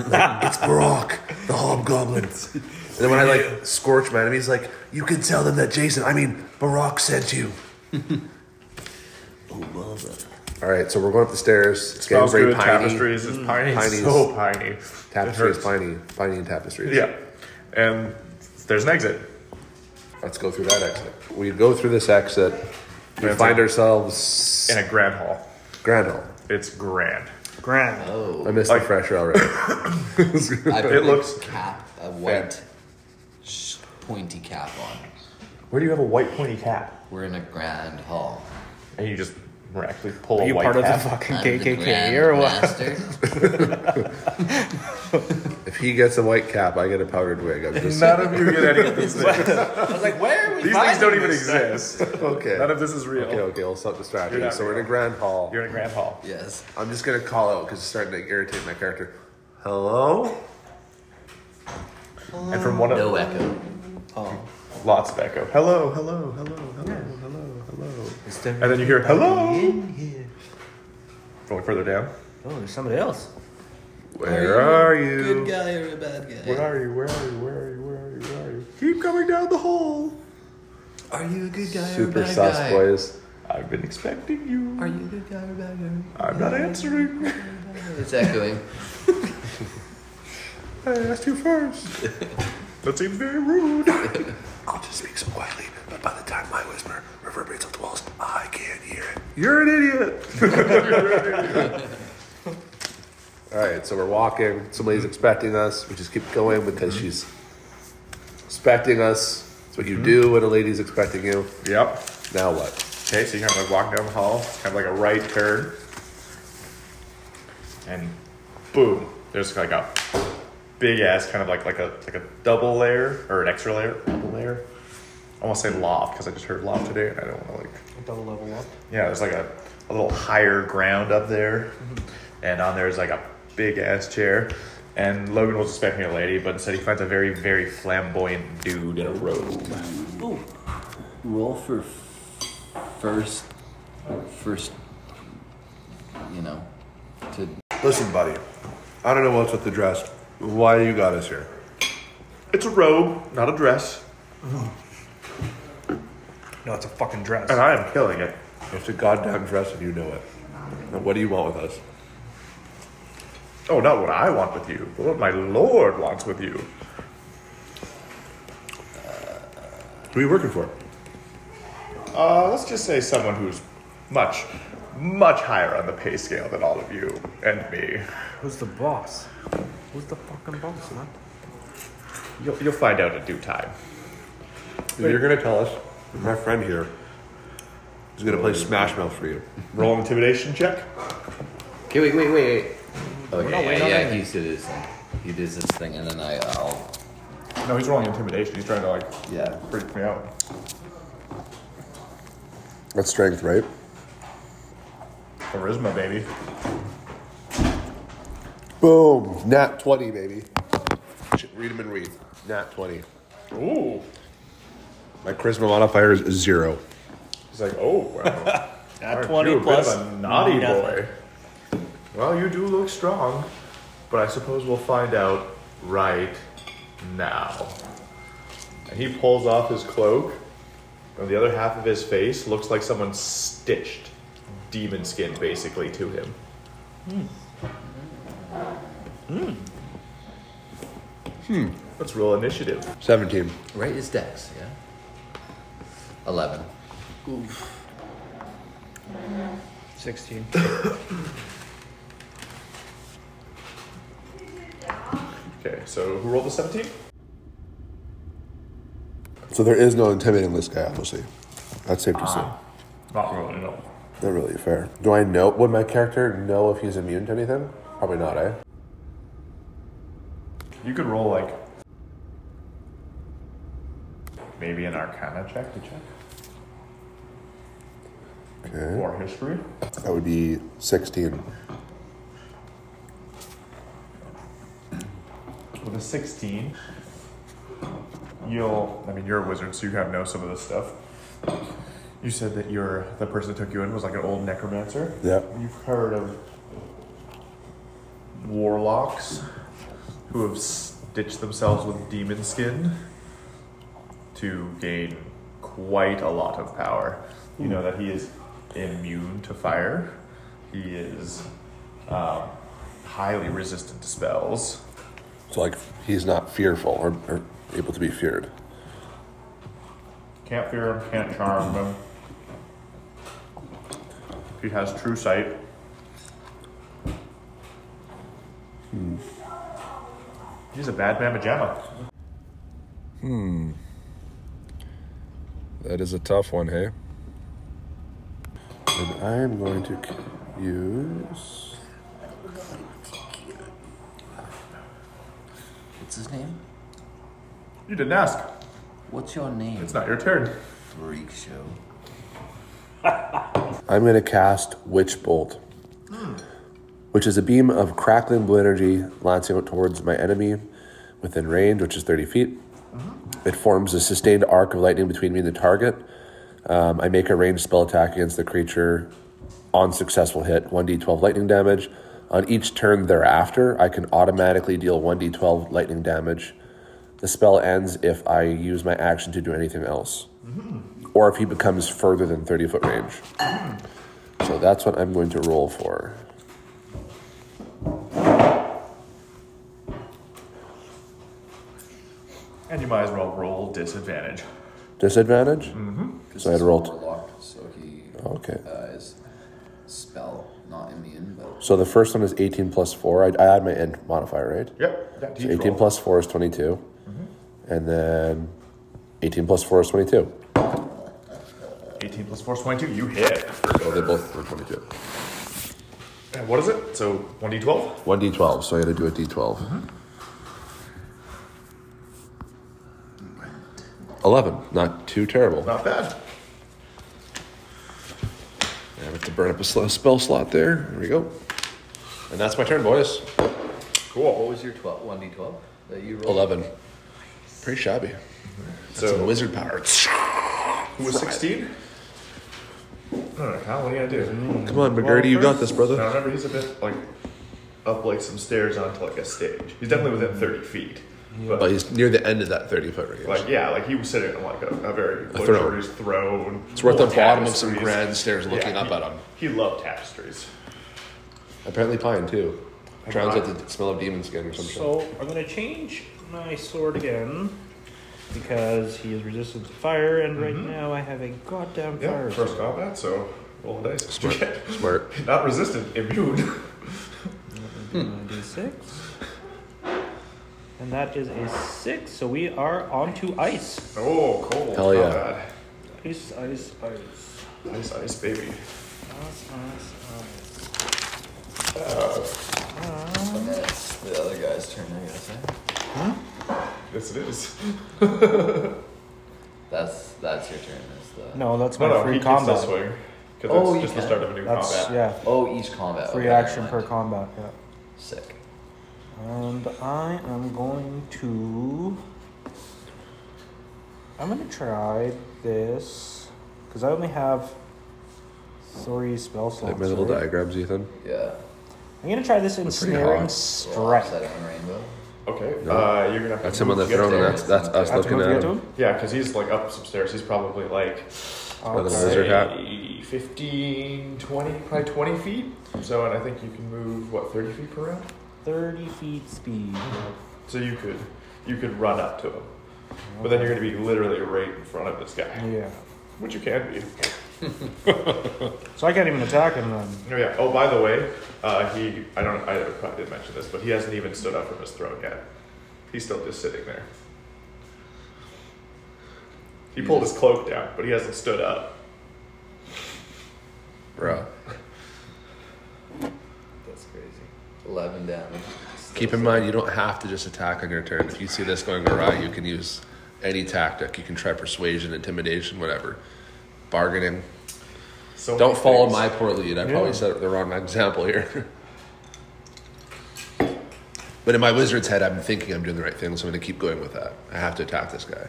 Speaker 1: like, it's Barack, the Hobgoblin. And then when I like scorch my enemies, like you can tell them that Jason, I mean Barack, sent you.
Speaker 10: Oh, brother.
Speaker 1: All right, so we're going up the stairs. It's getting
Speaker 5: Smells
Speaker 1: very
Speaker 5: good.
Speaker 1: piney.
Speaker 5: Tapestries.
Speaker 9: Mm.
Speaker 5: It's piney.
Speaker 1: Piney's-
Speaker 5: So piney. It
Speaker 1: Tapestries,
Speaker 5: hurts.
Speaker 1: piney, piney, and tapestries.
Speaker 5: Yeah. And there's an exit.
Speaker 1: Let's go through that exit. We go through this exit. We find ourselves
Speaker 5: in a grand hall.
Speaker 1: Grand Hall.
Speaker 5: It's grand.
Speaker 9: Grand.
Speaker 1: I missed
Speaker 5: Oh.
Speaker 1: the fresher already.
Speaker 4: I put a
Speaker 5: looks-
Speaker 4: cap, a white sh- pointy cap on.
Speaker 5: Where do you have a white pointy cap?
Speaker 4: We're in a grand hall.
Speaker 5: And you just miraculously pull
Speaker 9: Are
Speaker 5: a
Speaker 9: you
Speaker 5: white
Speaker 9: part of
Speaker 5: cap.
Speaker 9: the fucking
Speaker 4: I'm the
Speaker 9: KKK
Speaker 4: grand
Speaker 9: or what?
Speaker 4: master.
Speaker 1: if he gets a white cap, I get a powdered wig. I'm just
Speaker 5: None of you get any of these things.
Speaker 4: I was like, where are we?
Speaker 5: These things don't even exist.
Speaker 1: okay.
Speaker 5: None of this is real.
Speaker 1: Okay, okay, I'll stop distracting.
Speaker 5: You're
Speaker 1: you.
Speaker 5: not
Speaker 1: So we're in a
Speaker 5: real.
Speaker 1: grand hall.
Speaker 5: You're in a grand hall.
Speaker 4: Yes.
Speaker 1: I'm just gonna call out because it's starting to irritate my character. Hello?
Speaker 5: And from one of
Speaker 4: No echo.
Speaker 5: lots of echo. Hello, hello, hello, hello, hello, hello. And then you hear hello. Going further down.
Speaker 11: Oh, there's somebody else.
Speaker 1: Where are
Speaker 4: Good
Speaker 1: you?
Speaker 4: guy or a bad guy?
Speaker 5: Where are you? Where are you? Where are you? Where are you? Where are you? Keep coming down the hall.
Speaker 4: Are you a good guy or a
Speaker 1: Super
Speaker 4: bad
Speaker 1: sus
Speaker 4: guy?
Speaker 1: boys.
Speaker 5: I've been expecting you.
Speaker 4: Are you a good guy or a bad guy?
Speaker 5: I'm not answering.
Speaker 4: It's echoing.
Speaker 5: I asked you first. that seems very rude.
Speaker 1: I'll just speak so quietly, but by the time my whisper reverberates on the walls, I can't hear it. You're an idiot. All right, so we're walking. Somebody's expecting us. We just keep going because she's expecting us. It's what you do when a lady's expecting you.
Speaker 5: Yep.
Speaker 1: Now what?
Speaker 5: Okay, so you kind of like walk down the hall, kind of like a right turn, and boom, there's like a big ass kind of like like a like a double layer or an extra layer, double layer. I want to say loft because I just heard loft today, and I don't want to like
Speaker 9: Double level up.
Speaker 5: yeah, there's like a, a little higher ground up there, and on there is like a big ass chair. And Logan was expecting a lady, but instead he finds a very, very flamboyant dude in a robe.
Speaker 4: Roll for f- first, first, you know, to
Speaker 1: Listen, buddy. I don't know what's with the dress. Why you got us here?
Speaker 5: It's a robe, not a dress,
Speaker 9: No, it's a fucking dress.
Speaker 5: and I am killing it.
Speaker 1: It's a goddamn dress, and you know it. Now, what do you want with us?
Speaker 5: Oh, not what I want with you, but what my lord wants with you.
Speaker 1: Who are you working for?
Speaker 5: Uh, let's just say someone who's much, much higher on the pay scale than all of you and me.
Speaker 11: Who's the boss? Who's the fucking boss, man?
Speaker 5: You'll, you'll find out in due time.
Speaker 1: You're gonna tell us. My friend here is gonna play Smash Mouth for you.
Speaker 5: Roll intimidation check.
Speaker 4: Okay, wait, wait, wait, wait. Okay,
Speaker 11: not waiting
Speaker 4: yeah,
Speaker 11: on
Speaker 4: yeah,
Speaker 11: anything.
Speaker 4: he did his thing. He did his thing, and then I, I'll.
Speaker 5: No, he's rolling intimidation. He's trying to like
Speaker 4: Yeah.
Speaker 5: freak me out.
Speaker 1: That's strength, right?
Speaker 5: Charisma, baby.
Speaker 1: Boom. Nat 20, baby. Should Read them and read. Nat 20.
Speaker 5: Ooh.
Speaker 1: My charisma modifier is zero.
Speaker 5: He's like, oh, wow.
Speaker 11: At
Speaker 5: Aren't you a
Speaker 11: 20 plus.
Speaker 5: bit of a naughty boy.
Speaker 11: nothing.
Speaker 5: Well, you do look strong, but I suppose we'll find out right now. And he pulls off his cloak, and the other half of his face looks like someone stitched demon skin basically to him. Hmm. Let's roll initiative.
Speaker 1: 17.
Speaker 4: Right is Dex, yeah? 11.
Speaker 9: 16.
Speaker 5: Okay, so who rolled the 17?
Speaker 1: So there is no intimidating this guy, obviously. That's safe to say.
Speaker 5: Not rolling at all.
Speaker 1: Not really fair. Do I know? Would my character know if he's immune to anything? Probably not, eh?
Speaker 5: You could roll like maybe an Arcana check to check
Speaker 1: Okay.
Speaker 5: or history.
Speaker 1: That would be 16.
Speaker 5: With a sixteen, you'll. I mean, you're a wizard, so you kind of know some of this stuff. You said that your the person that took you in was like an old necromancer.
Speaker 1: Yeah.
Speaker 5: You've heard of warlocks who have stitched themselves with demon skin to gain quite a lot of power. You know that he is immune to fire. He is um, highly resistant to spells.
Speaker 1: So, like, he's not fearful or, or able to be feared.
Speaker 5: Can't fear him, can't charm him. He has true sight. He's a bad mamma jamma.
Speaker 6: That is a tough one, hey?
Speaker 1: And I am going to c- use.
Speaker 4: What's his name?
Speaker 5: You didn't ask.
Speaker 4: What's your name?
Speaker 5: It's not your turn.
Speaker 4: Freak show.
Speaker 1: I'm going to cast Witch Bolt, which is a beam of crackling blue energy lancing out towards my enemy within range, which is 30 feet. It forms a sustained arc of lightning between me and the target. Um, I make a ranged spell attack against the creature on successful hit, 1d12 lightning damage. On each turn thereafter, I can automatically deal 1d12 lightning damage. The spell ends if I use my action to do anything else, or if he becomes further than 30 foot range. So that's what I'm going to roll for.
Speaker 5: And you might as well roll disadvantage.
Speaker 1: Disadvantage? So I'd roll t-
Speaker 4: Warlock, so he
Speaker 1: Okay.
Speaker 4: uh, is spell not immune, but
Speaker 1: So the first one is 18 plus 4. I, I add my end modifier, right?
Speaker 5: Yep. That
Speaker 1: So
Speaker 5: D12.
Speaker 1: 18 plus 4 is 22. And then 18 plus 4 is 22.
Speaker 5: 18 plus 4 is 22. You hit.
Speaker 1: So they both were 22.
Speaker 5: And what is it? So 1d12?
Speaker 1: 1d12, so I had to do a d12. 11. Not too terrible.
Speaker 5: Not bad.
Speaker 1: I have to burn up a slow spell slot there. There we go. And that's my turn, boys.
Speaker 4: what
Speaker 5: Cool.
Speaker 4: was your 12, 1d12 that Uh, you rolled?
Speaker 1: 11. Pretty shabby. Some
Speaker 5: So
Speaker 1: wizard power.
Speaker 5: who was 16? How? What do you gotta do?
Speaker 1: Come on, McGurdy, you got this,
Speaker 5: Now
Speaker 1: brother.
Speaker 5: remember, he's a bit like up like some stairs onto like a stage. He's definitely within 30 feet. But,
Speaker 1: But Oh, he's near the end of that 30 foot range.
Speaker 5: like, yeah, like he was sitting on like a, a very
Speaker 1: A throne.
Speaker 5: luxurious throne.
Speaker 1: it's worth the
Speaker 5: full
Speaker 1: bottom of some
Speaker 5: tapestries.
Speaker 1: grand stairs looking
Speaker 5: Yeah,
Speaker 1: up
Speaker 5: he,
Speaker 1: at him.
Speaker 5: He loved tapestries.
Speaker 1: Apparently, pine too. Drowns out
Speaker 5: God.
Speaker 1: the smell of demon skin or something.
Speaker 3: So I'm gonna change my sword again because he is resistant to fire, and right now I have a goddamn
Speaker 5: Mm-hmm. Yeah,
Speaker 3: fire.
Speaker 5: first combat, so roll the dice.
Speaker 1: Smart. Smart.
Speaker 5: Not resistant, immune.
Speaker 3: D6, and that is a six. So we are onto ice.
Speaker 5: Oh, cold.
Speaker 1: Hell
Speaker 5: Not
Speaker 1: yeah.
Speaker 5: bad.
Speaker 3: Ice, ice, ice.
Speaker 5: Ice, ice, baby.
Speaker 3: Ice, ice,
Speaker 4: And that's the other guy's turn, I guess. eh?
Speaker 5: Yes, it is.
Speaker 4: That's that's your turn. Is the
Speaker 3: ice. No, that's my
Speaker 5: No, no,
Speaker 3: free
Speaker 5: he
Speaker 3: combat.
Speaker 5: gets to swing. Because
Speaker 4: Oh,
Speaker 5: it's just
Speaker 4: you
Speaker 5: the start of a new
Speaker 3: that's
Speaker 5: combat.
Speaker 3: yeah,
Speaker 4: oh each combat.
Speaker 3: free
Speaker 4: okay,
Speaker 3: action
Speaker 4: never
Speaker 3: per
Speaker 4: mind.
Speaker 3: combat. Yeah.
Speaker 4: Sick.
Speaker 3: And I am going to. I'm going to try this. Because I only have three spell
Speaker 1: Like
Speaker 3: slots.
Speaker 1: my little
Speaker 3: right?
Speaker 1: diagrams, Ethan.
Speaker 4: Yeah.
Speaker 3: I'm going to try this ensnaring
Speaker 1: hot.
Speaker 3: strike.
Speaker 4: Set on rainbow.
Speaker 5: Okay. Uh, you're gonna have to
Speaker 1: That's him on the
Speaker 5: move to get
Speaker 1: throne, and
Speaker 5: there.
Speaker 1: that's that's us
Speaker 3: I have to
Speaker 1: looking
Speaker 3: move to
Speaker 1: at
Speaker 3: get to
Speaker 1: him.
Speaker 3: him?
Speaker 5: Yeah, because he's like up some stairs. He's probably like
Speaker 1: Another
Speaker 3: Okay.
Speaker 1: wizard hat.
Speaker 5: say, 15, 20, probably 20 feet. So, and I think you can move, what, 30 feet per round?
Speaker 3: 30 feet speed.
Speaker 5: So you could, you could run up to him. But then you're gonna be literally right in front of this guy.
Speaker 3: Yeah.
Speaker 5: Which you can be.
Speaker 3: So I can't even attack him then.
Speaker 5: Oh yeah. Oh, by the way, uh, he. I don't. I probably didn't mention this, but he hasn't even stood up from his throne yet. He's still just sitting there. He pulled his cloak down, but he hasn't stood up.
Speaker 1: Bro.
Speaker 4: That's crazy. Eleven damage.
Speaker 1: Keep in mind, you don't have to just attack on your turn. If you see this going awry, you can use any tactic. You can try persuasion, intimidation, whatever. Bargaining.
Speaker 5: So
Speaker 1: Don't
Speaker 5: many
Speaker 1: follow
Speaker 5: things.
Speaker 1: my poor lead. I probably set up the wrong example here. but in my wizard's head, I'm thinking I'm doing the right thing, so I'm going to keep going with that. I have to attack this guy.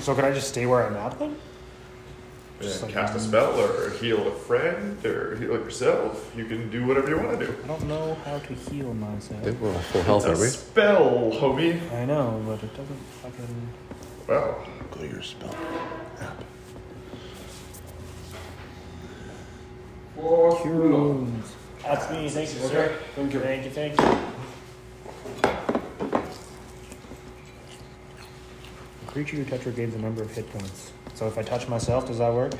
Speaker 3: So could I just stay where I'm at then?
Speaker 5: Yeah, cast a spell or heal a friend or heal yourself. You can do whatever you want to do.
Speaker 3: I don't know how to heal
Speaker 1: Oh,
Speaker 3: myself.
Speaker 1: I think we're all full health, are
Speaker 5: It's a
Speaker 1: we?
Speaker 5: spell, homie.
Speaker 3: I know, but it doesn't fucking.
Speaker 5: Wow.
Speaker 1: Go to your spell.
Speaker 3: Cure wounds. That's me. Thank you, sir. Thank you. Thank you. Thank you.
Speaker 12: creature you touch regains a number of hit points. So if I touch myself, does that work?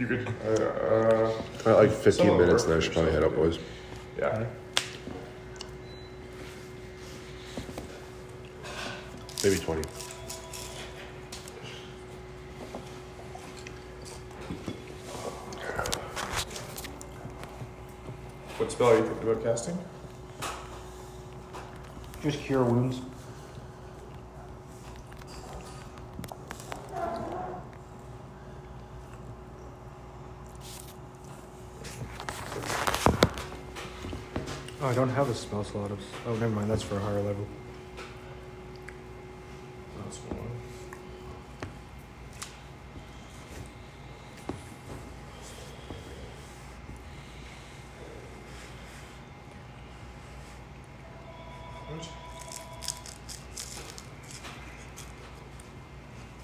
Speaker 5: You could. Uh, uh,
Speaker 13: Got like 15
Speaker 5: Some of it
Speaker 13: minutes and I
Speaker 5: worked,
Speaker 13: should probably head
Speaker 5: some of
Speaker 13: out,
Speaker 5: it
Speaker 13: boys.
Speaker 5: yeah.
Speaker 13: Maybe 20.
Speaker 5: What spell are you thinking about casting?
Speaker 12: Just cure wounds.
Speaker 3: Oh, I don't have a spell slot. Oh, never mind. That's for a higher level.
Speaker 5: That's one.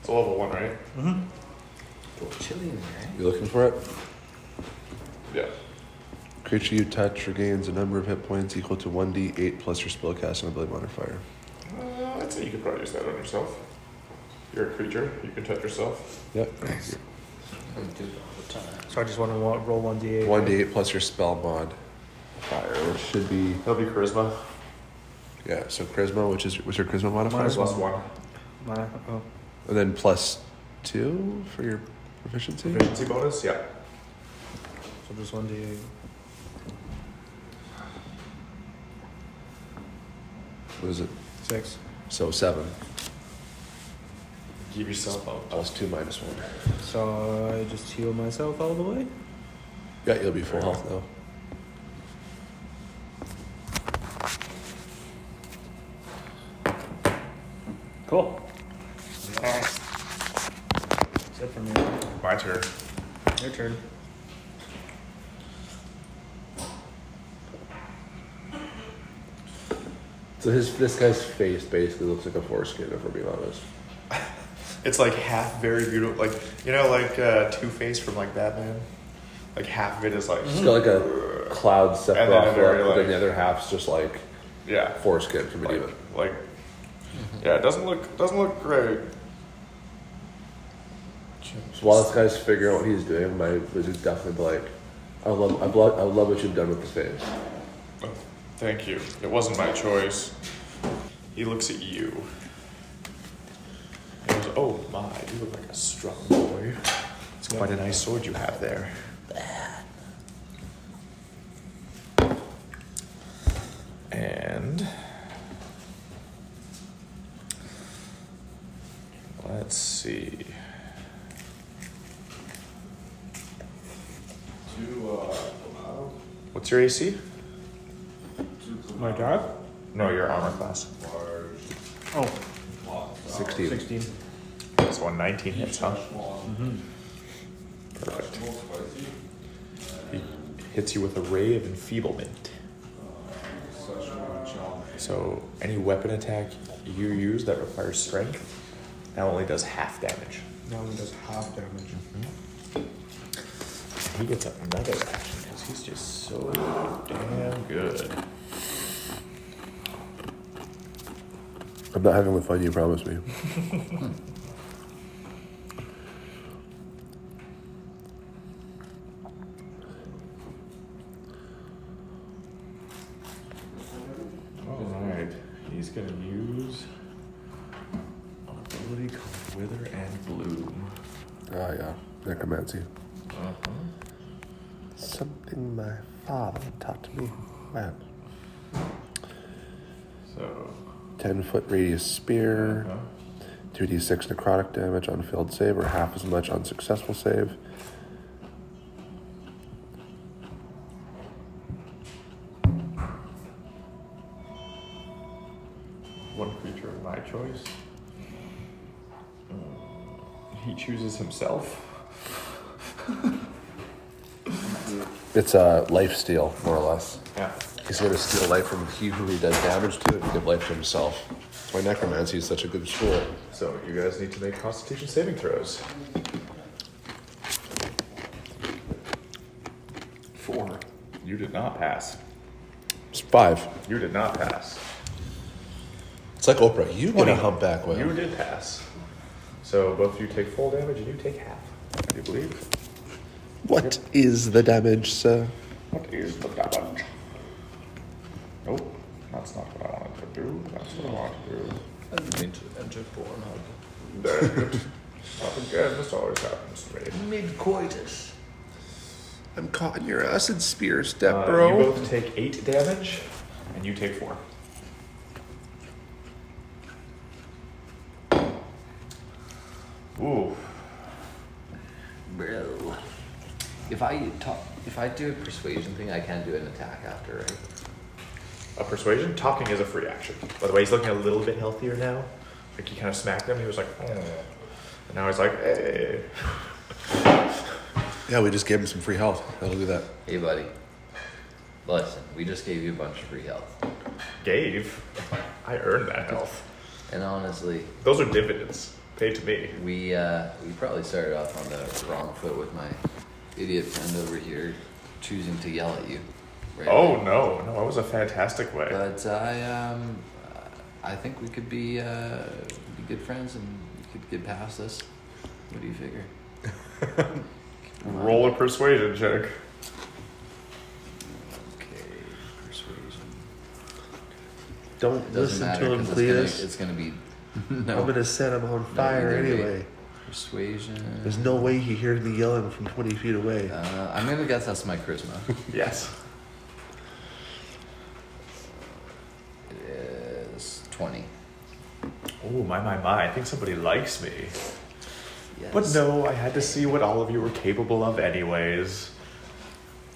Speaker 5: It's a level one, right?
Speaker 14: Chili in there,
Speaker 1: You looking for it?
Speaker 5: Yeah.
Speaker 1: Creature you touch regains a number of hit points equal to 1d8 plus your spellcasting ability modifier.
Speaker 5: Uh, I'd say you could probably use that on yourself. You're a creature. You can touch yourself.
Speaker 1: Yep.
Speaker 14: right? I do it all the time.
Speaker 3: So I just want to roll one d8.
Speaker 1: 1d8 plus your spell mod. Fire, which should be
Speaker 5: That'll be charisma.
Speaker 1: yeah. So charisma, which is what's your charisma modifier?
Speaker 3: Minus
Speaker 5: Plus one.
Speaker 3: My, oh,
Speaker 1: And then plus two for your proficiency.
Speaker 5: Efficiency bonus. Yeah.
Speaker 3: so just one d8.
Speaker 1: What is it?
Speaker 3: Six.
Speaker 1: So seven
Speaker 5: Give yourself up.
Speaker 1: plus two minus one.
Speaker 3: So I just heal myself all the way.
Speaker 1: Yeah, you'll be full health now.
Speaker 12: Cool. That's it for me.
Speaker 5: My turn.
Speaker 12: Your turn.
Speaker 1: So his this guy's face basically looks like a foreskin, if we're being honest.
Speaker 5: It's like half very beautiful, like you know, like uh, Two Face from like Batman. Like half of it is like
Speaker 1: It's got like a cloud
Speaker 5: And
Speaker 1: separate
Speaker 5: then
Speaker 1: off,
Speaker 5: a very,
Speaker 1: but then the
Speaker 5: like-
Speaker 1: other half's just like
Speaker 5: yeah,
Speaker 1: foreskin from a
Speaker 5: like,
Speaker 1: demon.
Speaker 5: like yeah, it doesn't look doesn't look great.
Speaker 1: So while this guy's figuring out what he's doing, my wizard's definitely be like, I love, I love, I love what you've done with this face.
Speaker 5: Oh, thank you. It wasn't my choice. He looks at you. And goes, oh my, you look like a strong boy. It's quite a nice sword you have there. And let's see. What's your AC?
Speaker 12: My drive?
Speaker 5: No, your armor class.
Speaker 12: Oh,
Speaker 1: 16.
Speaker 12: 16.
Speaker 5: That's one nineteen hits, huh? Perfect. He hits you with a ray of enfeeblement. So any weapon attack you use that requires strength now only does half damage.
Speaker 3: That one does half damage.
Speaker 5: Mm-hmm. He gets another action because he's just so damn good.
Speaker 1: I'm not having the fun you promised me.
Speaker 5: All right, he's gonna use an ability called Wither and Bloom.
Speaker 1: Ah, yeah. Necromancy. Uh-huh. Something my father taught me. Wow.
Speaker 5: So
Speaker 1: 10 foot radius spear. 2d6 necrotic damage on failed save, or half as much on successful save.
Speaker 5: one creature of my choice. Um, He chooses himself.
Speaker 1: It's a uh, life steal, more or less.
Speaker 5: Yeah.
Speaker 1: He's going to steal life from he who he does damage to and give life to himself. That's why necromancy is such a good school.
Speaker 5: So you guys need to make Constitution saving throws. Four. You did not pass.
Speaker 1: It's five.
Speaker 5: You did not pass.
Speaker 1: It's like Oprah. You get a humpback
Speaker 5: You
Speaker 1: whale.
Speaker 5: did pass. So both of you take full damage and you take half, I do believe.
Speaker 1: What is the damage, sir?
Speaker 5: What is the damage? Nope, that's not what I wanted to do. That's what I wanted to do.
Speaker 4: I didn't mean to enter Pornhub.
Speaker 5: Damn it. Not again, this always happens to me.
Speaker 15: Mid coitus.
Speaker 1: I'm caught in your acid spear step,
Speaker 5: Uh,
Speaker 1: bro.
Speaker 5: You both take eight damage, and you take four. Ooh,
Speaker 4: Bro. If I talk, if I do a persuasion thing, I can do an attack after, right?
Speaker 5: a persuasion. Talking is a free action. By the way, he's looking a little bit healthier now. Like he kind of smacked him. He was like, oh. and now he's like, hey.
Speaker 1: Yeah, we just gave him some free health. That'll do that.
Speaker 4: Hey, buddy. Listen, we just gave you a bunch of free health,
Speaker 5: Gave. I earned that health.
Speaker 4: and honestly,
Speaker 5: Those are dividends paid to me.
Speaker 4: we uh, we probably started off on the wrong foot with my idiot friend over here choosing to yell at you. Right
Speaker 5: Oh no, no, that was a fantastic way.
Speaker 4: But I, um, I think we could be, uh, be good friends and you could get past this. What do you figure?
Speaker 5: Roll a persuasion check.
Speaker 4: Okay, persuasion.
Speaker 11: Don't
Speaker 4: It doesn't
Speaker 11: listen
Speaker 4: matter
Speaker 11: to him,
Speaker 4: 'cause it's
Speaker 11: Cletus.
Speaker 4: gonna, it's gonna be
Speaker 11: I'm
Speaker 4: no
Speaker 11: gonna set him on fire
Speaker 4: you're gonna be-
Speaker 11: anyway.
Speaker 4: persuasion.
Speaker 11: There's no way he hears me yelling from 20 feet away.
Speaker 4: Uh, I'm gonna guess that's my charisma.
Speaker 5: Yes.
Speaker 4: it is twenty.
Speaker 5: Oh my my my! I think somebody likes me.
Speaker 4: Yes.
Speaker 5: But no, I had to see what all of you were capable of, anyways.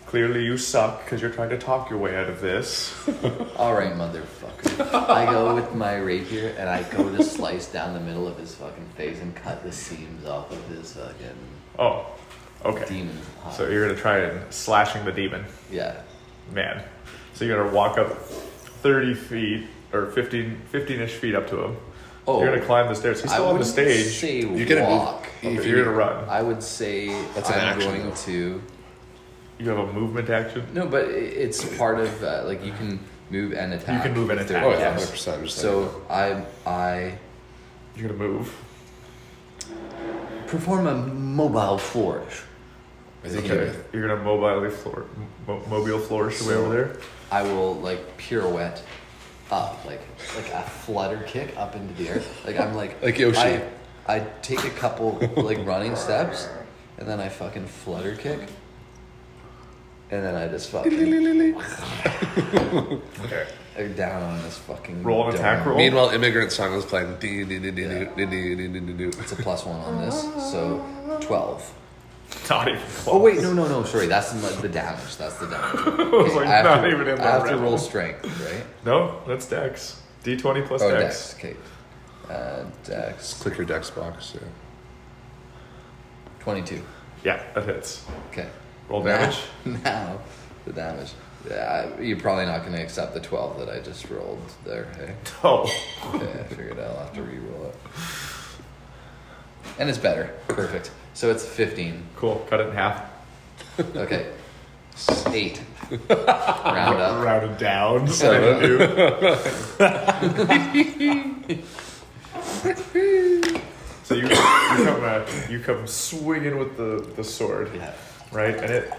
Speaker 5: Clearly, you suck because you're trying to talk your way out of this.
Speaker 4: All right, motherfucker. I go with my rapier and I go to slice down the middle of his fucking face and cut the seams off of his fucking
Speaker 5: Oh, okay.
Speaker 4: demon. eye.
Speaker 5: So you're gonna try and slashing the demon,
Speaker 4: yeah.
Speaker 5: man. So you're gonna walk up thirty feet or 15 15-ish feet up to him.
Speaker 4: Oh.
Speaker 5: you're gonna climb the stairs. He's still on the
Speaker 4: wouldn't
Speaker 5: stage.
Speaker 4: Say
Speaker 1: You're gonna move-
Speaker 4: walk.
Speaker 5: if you're gonna run,
Speaker 4: I would say
Speaker 1: That's an
Speaker 4: I'm
Speaker 1: action,
Speaker 4: going
Speaker 1: though.
Speaker 4: to.
Speaker 5: you have a movement action.
Speaker 4: No, but i- it's part of uh, like you can move and attack.
Speaker 5: can move and
Speaker 4: if they're
Speaker 5: attack,
Speaker 1: Oh,
Speaker 4: both.
Speaker 1: yeah,
Speaker 5: Yes.
Speaker 1: 100%. I'm just like-
Speaker 4: So I I
Speaker 5: You're gonna move.
Speaker 4: perform a mobile flourish.
Speaker 1: I think you
Speaker 5: Okay. You're gonna mobile floor, mo- mobile flourish the way over there.
Speaker 4: I will like pirouette up, like like a flutter kick up into the air. Like I'm like
Speaker 1: Like Yoshi.
Speaker 4: I, I take a couple like running steps, and then I fucking flutter kick, and then I just fucking
Speaker 5: Okay.
Speaker 4: down on this fucking.
Speaker 5: Roll an
Speaker 4: dome.
Speaker 5: attack
Speaker 1: Oh.
Speaker 5: roll.
Speaker 16: Meanwhile, immigrant song is playing. Dee, dee, dee, dee,
Speaker 4: Yeah.
Speaker 16: dee, dee, dee, dee, dee, dee.
Speaker 4: It's a plus one on this, so twelve.
Speaker 5: Not even
Speaker 4: Oh
Speaker 5: close.
Speaker 4: wait, no, no, no. Sorry, that's the, the damage. That's the damage.
Speaker 5: was like,
Speaker 4: I have
Speaker 5: not
Speaker 4: to,
Speaker 5: even in the
Speaker 4: I have to
Speaker 5: realm.
Speaker 4: roll strength, right?
Speaker 5: No, that's Dex. D20 plus
Speaker 4: Oh,
Speaker 5: Dex.
Speaker 4: Dex. Okay. Uh, Dex
Speaker 1: click your dex box. Yeah.
Speaker 4: twenty-two.
Speaker 5: Yeah, that hits.
Speaker 4: Okay.
Speaker 5: Roll
Speaker 4: Now-
Speaker 5: damage.
Speaker 4: Now, the damage. Yeah, I- you're probably not going to accept the 12 that I just rolled there. Hey,
Speaker 5: Oh,
Speaker 4: okay, I figured I'll have to re-roll it. And it's better. Perfect. So it's 15.
Speaker 5: cool. Cut it in half.
Speaker 4: Okay. S- Eight. Round up.
Speaker 5: Rounded down. so you, you come uh, you come swinging with the, the sword,
Speaker 4: Yeah.
Speaker 5: right? And it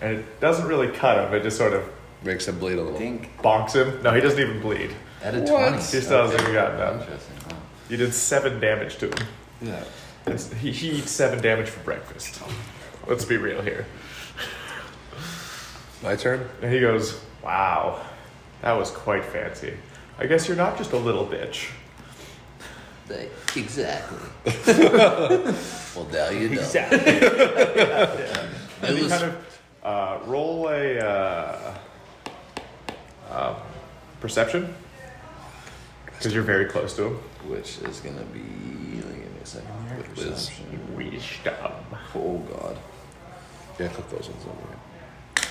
Speaker 5: and it doesn't really cut him. It just sort of
Speaker 1: Makes him bleed a little.
Speaker 4: Dink.
Speaker 5: bonks him. No, he doesn't even bleed.
Speaker 4: At a 20.
Speaker 5: He still hasn't even gotten up.
Speaker 4: Interesting. Wow.
Speaker 5: You did seven damage to him.
Speaker 4: Yeah.
Speaker 5: It's- He, he eats seven damage for breakfast. Let's be real here.
Speaker 1: My turn?
Speaker 5: And he goes, Wow, that was quite fancy. I guess you're not just a little bitch.
Speaker 4: Th- Exactly.
Speaker 15: Well, now you know.
Speaker 17: Exactly.
Speaker 15: It
Speaker 5: You
Speaker 15: was-
Speaker 5: kind of uh, roll a uh, um, perception because you're very close to him.
Speaker 4: Which is going to be. Give me a second. here. Perception.
Speaker 5: Wisdom.
Speaker 4: Oh, God.
Speaker 1: Yeah, click those ones. over.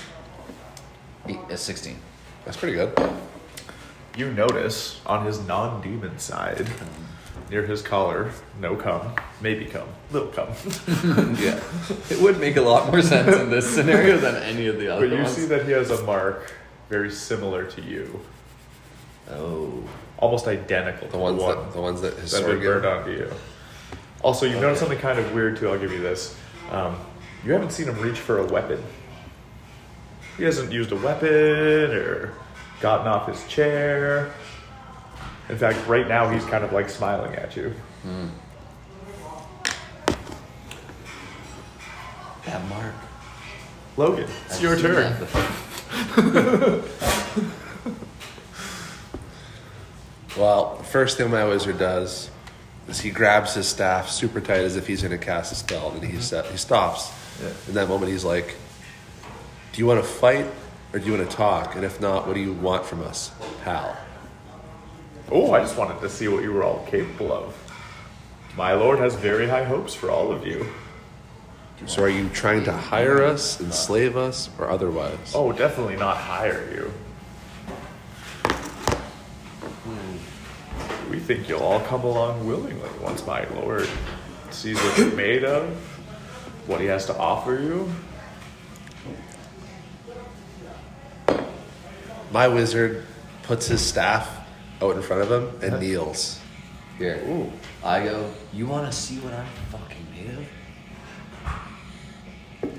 Speaker 4: Eight, uh, 16.
Speaker 1: That's pretty good.
Speaker 5: You notice on his non-demon side, near his collar, no cum, maybe cum, little cum.
Speaker 4: Yeah, it would make a lot more sense in this scenario than any of the other
Speaker 5: But you
Speaker 4: ones.
Speaker 5: see that he has a mark very similar to you.
Speaker 11: Oh.
Speaker 5: almost identical.
Speaker 1: The ones
Speaker 5: to
Speaker 1: that the ones that
Speaker 5: that have been
Speaker 1: Hisorgen.
Speaker 5: burned onto you. Also, you've noticed something kind of weird too. I'll give you this. Um, you haven't seen him reach for a weapon. He hasn't used a weapon or gotten off his chair. In fact, right now he's kind of like smiling at you.
Speaker 4: That mark.
Speaker 5: Logan, it's
Speaker 4: I've
Speaker 5: your
Speaker 4: seen
Speaker 5: turn.
Speaker 4: that before.
Speaker 1: Well, first thing my wizard does is he grabs his staff super tight as if he's going to cast a spell, and he sta- he stops.
Speaker 5: Yeah.
Speaker 1: In that moment, he's like, "Do you want to fight or do you want to talk? And if not, what do you want from us, pal?"
Speaker 5: Oh, I just wanted to see what you were all capable of. My lord has very high hopes for all of you.
Speaker 1: So, are you trying to hire us, enslave us, or otherwise?
Speaker 5: Oh, definitely not hire you.
Speaker 1: Hmm.
Speaker 5: We think you'll all come along willingly once my lord sees what you're made of, what he has to offer you.
Speaker 1: My wizard puts his staff out in front of him and kneels.
Speaker 4: Here.
Speaker 5: Ooh.
Speaker 4: I go, you want to see what I'm fucking made of?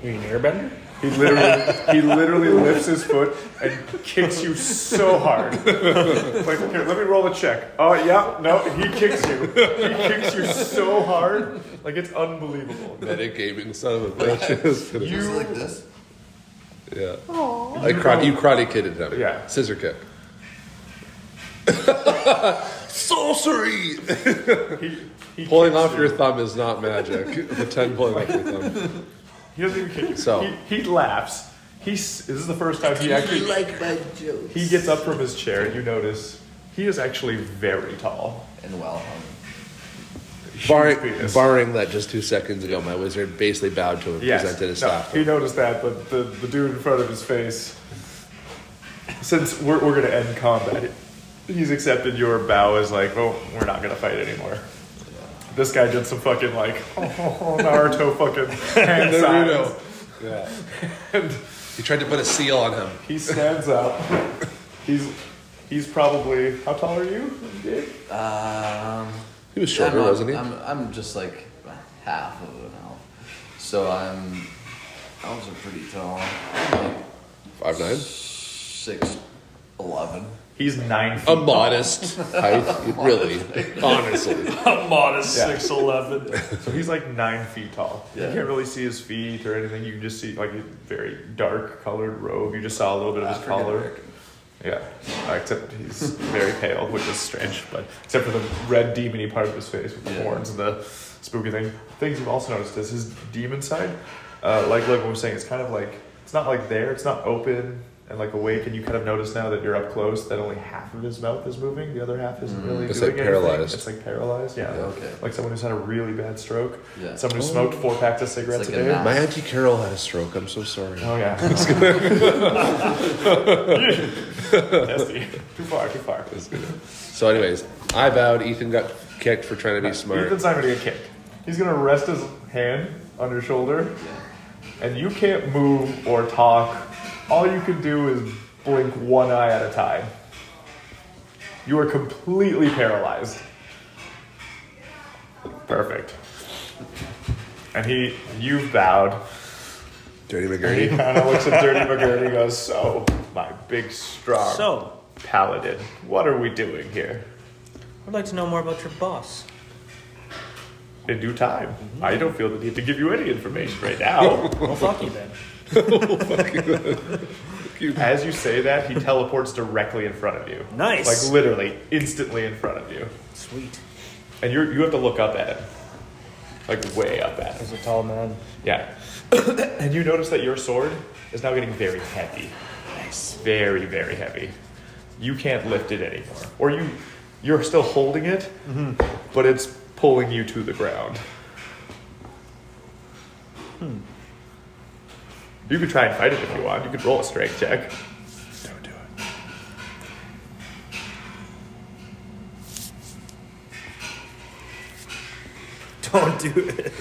Speaker 18: Are you an airbender?
Speaker 5: He literally, he literally lifts his foot and kicks you so hard. Like, here, let me roll a check. Oh yeah, no, he kicks you. He kicks you so hard, like it's unbelievable.
Speaker 1: Metagaming son of a bitch.
Speaker 4: You like this?
Speaker 1: yeah. Like karate, you karate kidded him.
Speaker 5: Yeah.
Speaker 1: Scissor kick. Sorcery!
Speaker 5: He, he
Speaker 1: Pulling
Speaker 5: kicks
Speaker 1: off
Speaker 5: you.
Speaker 1: your thumb is not magic. Pretend pulling off your thumb.
Speaker 5: He doesn't even kick you.
Speaker 1: So-
Speaker 5: he, he laughs. He's this is the first time he
Speaker 11: You
Speaker 5: actually
Speaker 11: like my joke?
Speaker 5: he gets up from his chair. and You notice he is actually very tall.
Speaker 4: And well hung.
Speaker 1: Barring,
Speaker 5: Penis.
Speaker 1: barring that just two seconds ago, my wizard basically bowed to him,
Speaker 5: Yes,
Speaker 1: presented his
Speaker 5: no,
Speaker 1: staff.
Speaker 5: he noticed that, but the, the dude in front of his face. Since we're we're gonna end combat, he's accepted your bow as like, oh, we're not gonna fight anymore. This guy did some fucking like Naruto fucking hand signs.
Speaker 1: Naruto. Yeah. He tried to put a seal on him.
Speaker 5: He stands up. He's he's probably how tall are you? Dave?
Speaker 4: Um,
Speaker 1: He was shorter,
Speaker 4: I'm, not-
Speaker 1: wasn't he?
Speaker 4: I'm, I'm just like half of an elf. So I'm. Elves are pretty tall. Like
Speaker 1: Five nine.
Speaker 4: six, eleven.
Speaker 5: He's nine feet.
Speaker 1: A modest height, really, honestly.
Speaker 3: A modest
Speaker 5: Yeah.
Speaker 3: six eleven.
Speaker 5: So he's like nine feet tall.
Speaker 4: Yeah.
Speaker 5: You can't really see his feet or anything. You can just see like a very dark colored robe. You just saw a little bit of his collar. Yeah. Uh, except he's very pale, which is strange. But except for the red demony part of his face with the
Speaker 4: Yeah.
Speaker 5: horns and the spooky thing. Things you've also noticed is his demon side, uh, like Logan was saying, it's kind of like it's not like there. It's not open and like awake. And you kind of notice now that you're up close that only half of his mouth is moving. The other half isn't really.
Speaker 1: It's,
Speaker 5: doing
Speaker 1: like,
Speaker 5: anything.
Speaker 1: paralyzed.
Speaker 5: It's like paralyzed. Yeah.
Speaker 4: Okay.
Speaker 5: Like someone who's had a really bad stroke.
Speaker 4: Yeah.
Speaker 5: Someone who smoked four packs of cigarettes
Speaker 4: like
Speaker 5: a
Speaker 4: a
Speaker 5: day.
Speaker 4: map.
Speaker 1: My auntie Carol had a stroke. I'm so sorry.
Speaker 5: Oh yeah. Nasty. Too far. Too far.
Speaker 1: So, anyways, I bowed. Ethan got kicked for trying to be smart.
Speaker 5: Ethan's not gonna get kicked. He's gonna rest his hand on your shoulder, and you can't move or talk. All you can do is blink one eye at a time. You are completely paralyzed. Perfect. And he, you've bowed.
Speaker 1: Dirty
Speaker 5: He
Speaker 1: McGurdy.
Speaker 5: kind of looks at Dirty McGurdy and goes, So, my big, strong
Speaker 3: So,
Speaker 5: paladin, what are we doing here?
Speaker 3: I'd like to know more about your boss.
Speaker 5: In due time.
Speaker 3: Mm-hmm.
Speaker 5: I don't feel the need to give you any information right now.
Speaker 3: Well, fuck you then.
Speaker 5: As you say that, he teleports directly in front of you.
Speaker 3: Nice.
Speaker 5: Like, literally, instantly in front of you.
Speaker 3: Sweet.
Speaker 5: And you're, you have to look up at him. Like, way up at him.
Speaker 18: He's a tall man.
Speaker 5: Yeah. and you notice that your sword is now getting very heavy. Nice. Very, very heavy. You can't lift it anymore. Or you you're still holding it, but it's pulling you to the ground. Hmm. You could try and fight it if you want. You could roll a strength check. Don't do it.
Speaker 3: Don't do it.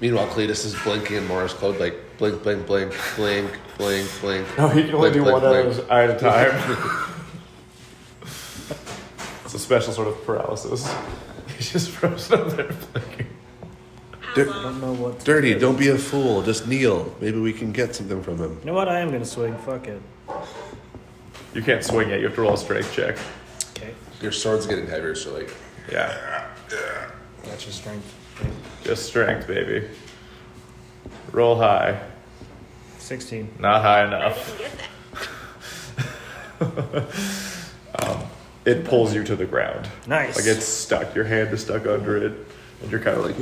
Speaker 1: Meanwhile, Cletus is blinking in Morse code, like blink, blink, blink, blink, blink, blink.
Speaker 5: No, he can only
Speaker 1: blink,
Speaker 5: do
Speaker 1: blink,
Speaker 5: one
Speaker 1: blink.
Speaker 5: of those eye at a time. it's a special sort of paralysis. He's just frozen up there blinking.
Speaker 19: I don't know what.
Speaker 1: Dirty, don't be a fool. Just kneel. Maybe we can get something from him.
Speaker 19: You know what? I am gonna swing. Fuck it.
Speaker 5: You can't swing yet. You have to roll a strength check.
Speaker 19: Okay.
Speaker 1: Your sword's getting heavier, so like,
Speaker 5: Yeah,
Speaker 3: That's your strength.
Speaker 5: just strength, baby. Roll high.
Speaker 19: 16.
Speaker 5: Not high enough. Um, it pulls you to the ground.
Speaker 19: Nice.
Speaker 5: Like it's stuck. Your hand is stuck under it, and you're kind of like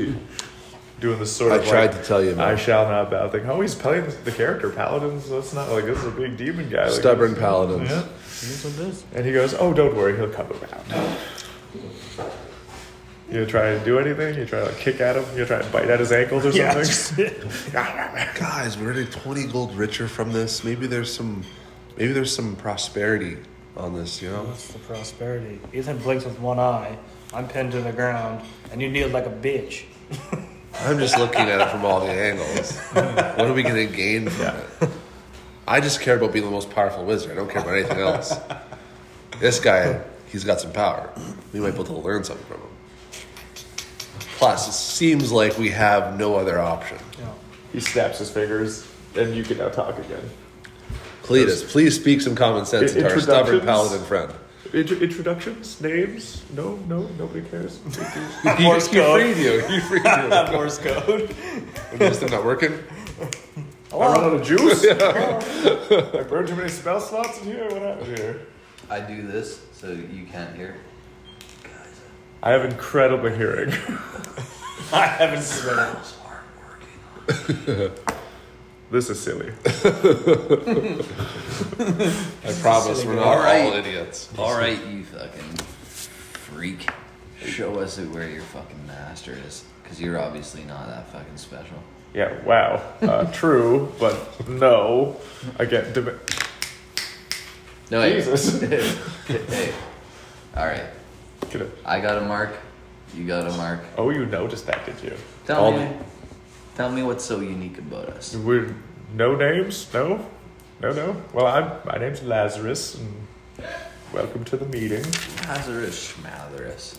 Speaker 5: doing this sort
Speaker 1: I
Speaker 5: of.
Speaker 1: tried
Speaker 5: like,
Speaker 1: to tell you,
Speaker 5: I
Speaker 1: man.
Speaker 5: shall not bow. Thing. Oh, he's playing the character paladins. That's not like this is a big demon guy. Like,
Speaker 1: Stubborn
Speaker 5: it's-
Speaker 1: paladins.
Speaker 5: Yeah.
Speaker 19: Here's what this.
Speaker 5: And he goes, "Oh, don't worry, he'll come around." You try to do anything? You try to like, kick at him? You try to bite at his ankles or
Speaker 19: Yeah.
Speaker 5: something?
Speaker 1: guys, we're already twenty gold richer from this. Maybe there's some, maybe there's some prosperity on this. You know,
Speaker 3: It's the prosperity. Ethan blinks with one eye. I'm pinned to the ground, and you kneel like a bitch.
Speaker 1: I'm just looking at it from all the angles. what are we gonna gain from it? I just care about being the most powerful wizard. I don't care about anything else. This guy, he's got some power. We might be able to learn something from him. Plus, it seems like we have no other option.
Speaker 5: he snaps his fingers, and you can now talk again.
Speaker 1: Cletus, please speak some common sense
Speaker 5: In-
Speaker 1: to our stubborn
Speaker 5: introductions?
Speaker 1: paladin friend.
Speaker 5: Int- introductions, names? No, no, nobody cares.
Speaker 1: Morse code. He freed you. He freed you.
Speaker 3: Morse code.
Speaker 1: Is it not working?
Speaker 5: I run out of juice. I burned too many spell slots in here. What happened here?
Speaker 4: I do this so you can't hear.
Speaker 5: I have incredible hearing.
Speaker 3: I haven't seen that.
Speaker 5: This is silly.
Speaker 1: I promise we're not all,
Speaker 4: All right.
Speaker 1: idiots.
Speaker 4: All right, you fucking freak. Show us where your fucking master is, because you're obviously not that fucking special.
Speaker 5: Yeah, wow. Uh, true, but no. Again, dem-
Speaker 4: No, hey.
Speaker 5: Jesus.
Speaker 4: hey. All right.
Speaker 5: Could have-
Speaker 4: I got a mark. You got a mark.
Speaker 5: oh, you noticed that, did you?
Speaker 4: Tell
Speaker 1: All
Speaker 4: me. Tell me what's so unique about us.
Speaker 5: We're no names, no, no, no. Well, I'm. My name's Lazarus, and welcome to the meeting.
Speaker 4: Lazarus Schmatherus.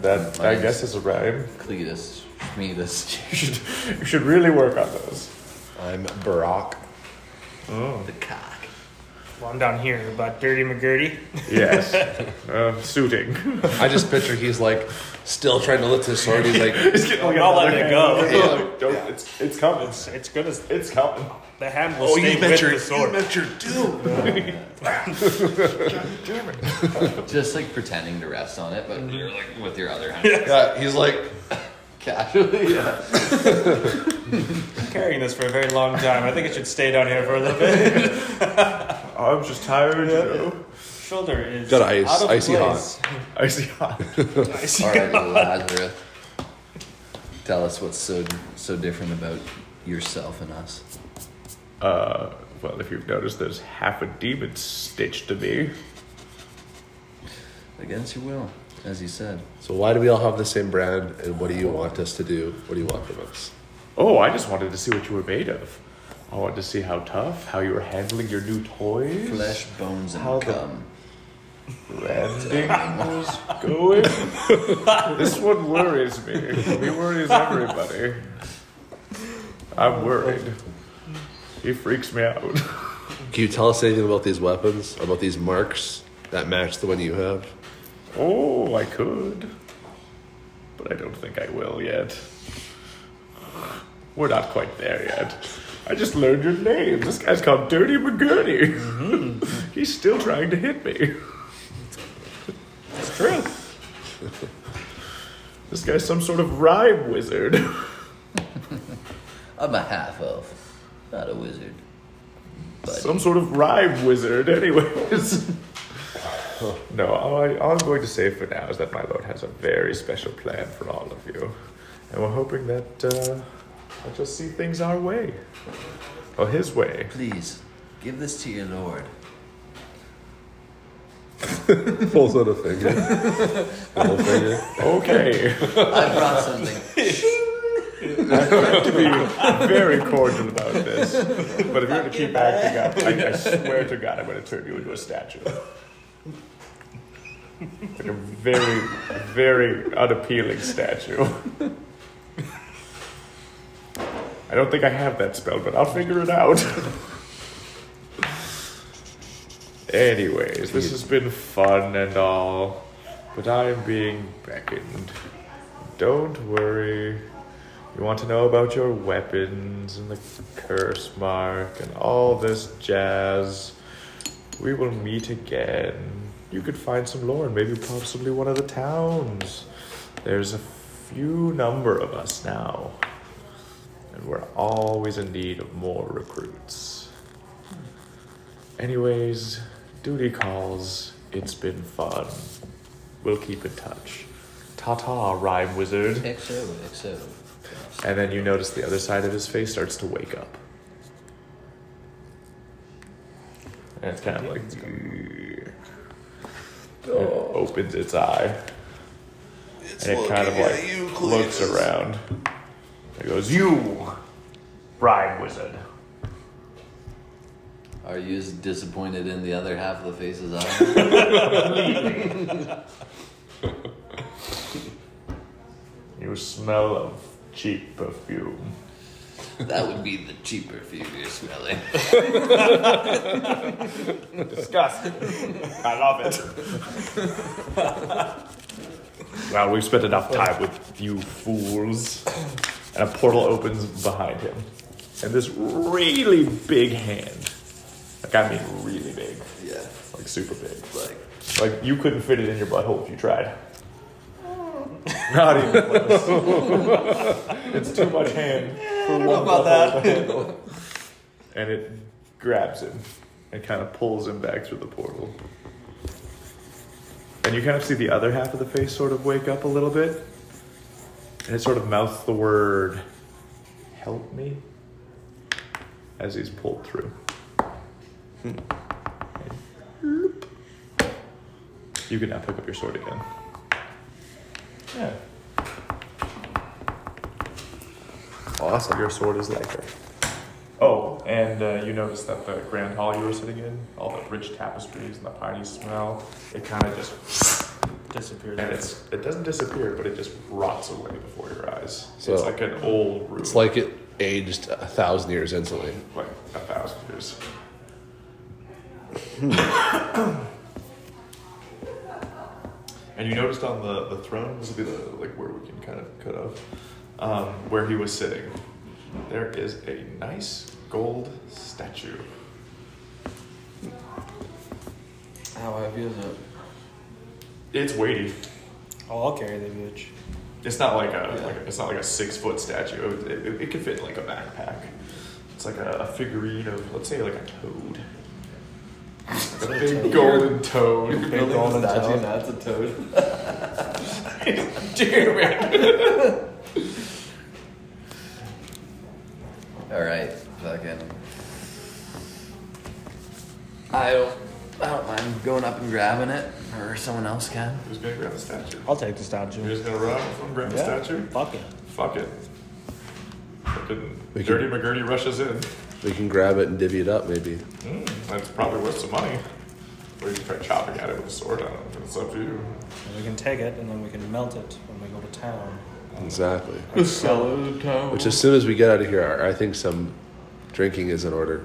Speaker 5: That I guess is a rhyme.
Speaker 4: Cletus Schmedus.
Speaker 5: You should, you should really work on those.
Speaker 1: I'm Barack.
Speaker 4: The cock.
Speaker 3: Well, I'm down here, but Dirty McGurdy.
Speaker 5: Yes, uh, suiting.
Speaker 1: I just picture he's like still trying to lift his sword. He's like,
Speaker 5: He's getting like
Speaker 3: I'll let
Speaker 5: another
Speaker 3: it go.
Speaker 5: hand. Like, don't- It's it's coming.
Speaker 3: It's, it's good as
Speaker 5: It's coming.
Speaker 3: the hand will
Speaker 1: "Oh,
Speaker 3: stay
Speaker 1: you
Speaker 3: with
Speaker 1: met your,
Speaker 3: the
Speaker 1: you
Speaker 3: sword.
Speaker 1: met your doom."
Speaker 4: Just like pretending to rest on it, but you're like with your other hand.
Speaker 1: Mm-hmm. Yeah, he's like,
Speaker 4: Casually.
Speaker 3: I'm carrying this for a very long time. I think it should stay down here for a little bit.
Speaker 5: I'm just tired. You know?
Speaker 3: Shoulder is
Speaker 1: Got ice-
Speaker 3: out of
Speaker 1: icy
Speaker 3: place.
Speaker 5: I see. hot.
Speaker 3: Icy
Speaker 4: All right,
Speaker 3: hot.
Speaker 4: Lazarus. Tell us what's so so different about yourself and us.
Speaker 5: Uh, well, if you've noticed, there's half a demon stitched to me.
Speaker 4: Against your will, as you said.
Speaker 1: "So why do we all have the same brand? And what do you want us to do? What do you want from us?"
Speaker 5: Oh, I just wanted to see what you were made of. I wanted to see how tough, how you were handling your new toys.
Speaker 4: Flesh, bones, and
Speaker 5: How the-
Speaker 4: cum.
Speaker 5: Branding was going. this one worries me. He worries everybody. I'm worried. He freaks me out.
Speaker 1: Can you tell us anything about these weapons? About these marks that match the one you have?
Speaker 5: Oh, I could. But I don't think I will yet. We're not quite there yet. I just learned your name. This guy's called Dirty McGurney. He's still trying to hit me. It's true. this guy's some sort of rhyme wizard.
Speaker 4: I'm a half elf, not a wizard.
Speaker 5: Some sort of rhyme wizard, anyways. no, all, I, all I'm going to say for now is that my lord has a very special plan for all of you. And we're hoping that uh, I just see things our way. Or his way.
Speaker 4: Please, give this to your lord.
Speaker 1: Pulls out a finger. The whole finger.
Speaker 5: Okay.
Speaker 4: I brought something.
Speaker 5: to be very cordial about this. But if you're going to keep acting up, I, I swear to God, I'm going to turn you into a statue. Like a very, very unappealing statue. I don't think I have that spell, but I'll figure it out. Anyways, this has been fun and all, but I'm being beckoned. Don't worry. You want to know about your weapons and the curse mark and all this jazz. We will meet again. You could find some lore in maybe possibly one of the towns. There's a few number of us now. And we're always in need of more recruits. Anyways, duty calls. It's been fun. We'll keep in touch. Ta ta, rhyme wizard.
Speaker 4: XO, XO.
Speaker 5: And then you notice the other side of his face starts to wake up. And it's kind of like. "Grr." It opens its eye. and it kind of
Speaker 20: looking at
Speaker 5: like
Speaker 20: you,
Speaker 5: looks
Speaker 20: Cletus.
Speaker 5: around. It goes, You! Rhyme wizard.
Speaker 4: Are you as disappointed in the other half of the faces I am?
Speaker 5: You smell of cheap perfume.
Speaker 4: that would be the cheaper few you're smelling.
Speaker 5: Disgusting. I love it. well, we've spent enough time with you fools. And a portal opens behind him. And this really big hand. Like, I mean, really big.
Speaker 20: Yeah.
Speaker 5: Like, super big.
Speaker 20: Like,
Speaker 5: Like, you couldn't fit it in your butthole if you tried. Not even close. it's too much hand.
Speaker 4: How about that?
Speaker 5: And it grabs him and kind of pulls him back through the portal. And you kind of see the other half of the face sort of wake up a little bit. And it sort of mouths the word, help me, as he's pulled through. And bloop. You can now pick up your sword again. Yeah. Awesome. Your sword is lighter. Oh, and uh, you notice that the grand hall you were sitting in, all the rich tapestries and the piney smell, it kind of just
Speaker 3: Disappeared.
Speaker 5: and it's it doesn't disappear, but it just rots away before your eyes.
Speaker 6: So-
Speaker 5: it's like an old room,
Speaker 6: It's like it aged a thousand years instantly.
Speaker 5: like a thousand years. and you noticed on the the throne, this would be the like where we can kind of cut off, um, where he was sitting. There is a nice gold statue.
Speaker 4: How heavy is it?
Speaker 5: It's weighty.
Speaker 3: Oh, I'll carry the bitch.
Speaker 5: It's not like a, like a it's not like a six foot statue. It, it, it could fit in like a backpack. It's like a, a figurine of let's say like a toad. A big golden toad.
Speaker 4: Building a statue, that's a toad.
Speaker 5: Damn it.
Speaker 4: Alright, fucking. I don't, I don't mind going up and grabbing it, or someone else can.
Speaker 5: Who's gonna grab the statue?
Speaker 3: I'll take the
Speaker 5: You're
Speaker 3: statue.
Speaker 5: just gonna run and grab the statue?
Speaker 3: Fuck it.
Speaker 5: Fuck it. Fucking
Speaker 6: We
Speaker 5: Dirty
Speaker 6: can-
Speaker 5: McGurdy rushes in. Hmm,
Speaker 6: We can grab it and divvy it up, maybe.
Speaker 5: That's probably worth some money. Or you can try chopping at it with a sword. I don't know. It's up to you.
Speaker 3: And we can take it and then we can melt it when we go to town.
Speaker 6: Exactly.
Speaker 4: Sell it to town.
Speaker 6: Which, as soon as we get out of here, I think some drinking is in order.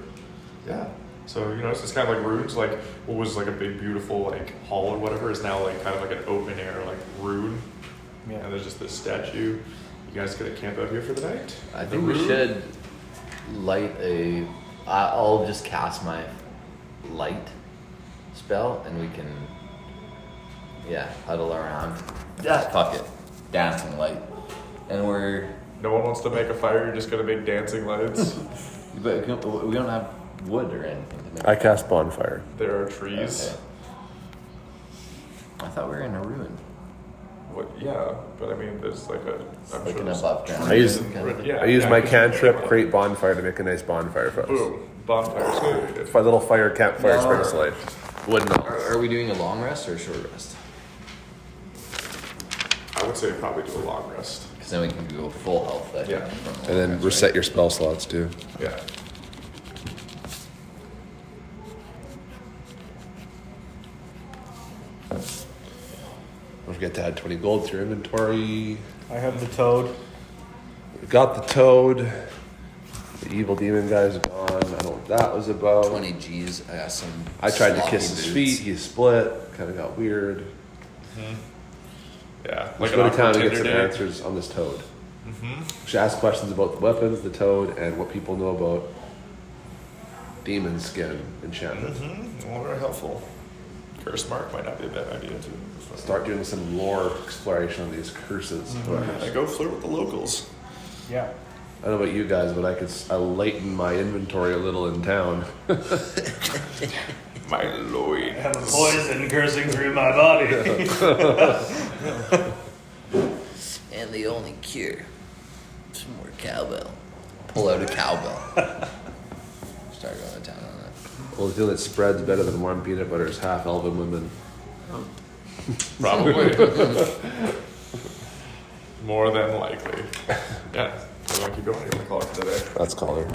Speaker 5: Yeah. So you know, it's, it's kind of like ruins. Like what was like a big beautiful like hall or whatever is now like kind of like an open air like ruin.
Speaker 3: Yeah.
Speaker 5: And there's just this statue. You guys gonna camp out here for the night?
Speaker 4: I
Speaker 5: The
Speaker 4: think we
Speaker 5: Rood?
Speaker 4: should light a. I- I'll just cast my light spell, and we can, yeah, huddle around. Yeah, fuck it, dancing light, and we're.
Speaker 5: No one wants to make a fire. You're just gonna make dancing lights.
Speaker 4: But we don't- we don't have wood or anything to make.
Speaker 1: I cast bonfire.
Speaker 5: there are trees.
Speaker 4: Okay. I thought we were in a ruin,
Speaker 5: What? Yeah. But I mean, there's like a. I'm
Speaker 4: like
Speaker 5: sure
Speaker 4: an
Speaker 5: there's-
Speaker 4: above ground.
Speaker 1: I use-
Speaker 4: kind of thing.
Speaker 5: Yeah.
Speaker 1: I use
Speaker 5: yeah,
Speaker 1: my
Speaker 5: you can-
Speaker 1: cantrip, create bonfire to make a nice bonfire for us.
Speaker 5: Boom. Bonfires created.
Speaker 1: My little fire campfire
Speaker 4: No.
Speaker 1: springs light. Wood
Speaker 4: Are,
Speaker 1: knot.
Speaker 4: are we doing a long rest or a short rest?
Speaker 5: I would say probably do a long rest.
Speaker 4: because then we can go full health. That
Speaker 5: Yeah.
Speaker 1: And then reset your spell slots too.
Speaker 5: Yeah.
Speaker 1: Don't forget to add 20 gold to your inventory.
Speaker 3: I have the toad.
Speaker 1: We've got the toad. The evil demon guy's gone. I don't know what that was about.
Speaker 4: Twenty G's. I got some.
Speaker 1: I tried to
Speaker 4: sloppy
Speaker 1: kiss his
Speaker 4: boots.
Speaker 1: feet. He split. Kind of got weird.
Speaker 5: Yeah.
Speaker 1: We
Speaker 5: Like
Speaker 1: should
Speaker 5: an
Speaker 1: go
Speaker 5: Mm-hmm.
Speaker 1: to
Speaker 5: awkward
Speaker 1: town and
Speaker 5: Tinder
Speaker 1: get some
Speaker 5: date.
Speaker 1: answers on this toad. We should ask questions about the weapons, the toad, and what people know about demon skin enchantment.
Speaker 5: Mm-hmm. Well, very helpful. Curse mark might not be a bad idea too.
Speaker 1: Start doing some lore exploration on these curses.
Speaker 5: I go flirt with the locals.
Speaker 3: Yeah.
Speaker 1: I don't know about you guys, but I could s- I lighten my inventory a little in town.
Speaker 5: My lord.
Speaker 3: I have a poison cursing through my body.
Speaker 11: And the only cure. Some more cowbell.
Speaker 4: Pull out a cowbell. Start going to town on that.
Speaker 1: well, the thing that spreads better than warm peanut butter is half elven women.
Speaker 5: Probably. More than likely. Yeah. I'm gonna keep going. I'm gonna call it today.
Speaker 1: That's caller.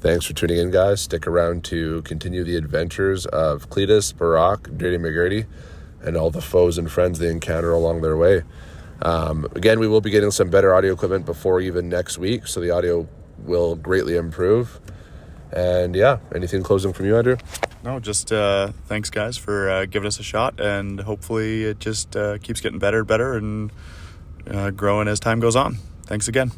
Speaker 1: Thanks for tuning in, guys. Stick around to continue the adventures of Cletus, Barak, Dirty McGurdy, and all the foes and friends they encounter along their way. Um, again, we will be getting some better audio equipment before even next week, so the audio will greatly improve. And yeah, anything closing from you, Andrew?
Speaker 2: No, just uh, thanks, guys, for uh, giving us a shot, and hopefully it just uh, keeps getting better and better and uh, growing as time goes on. Thanks again.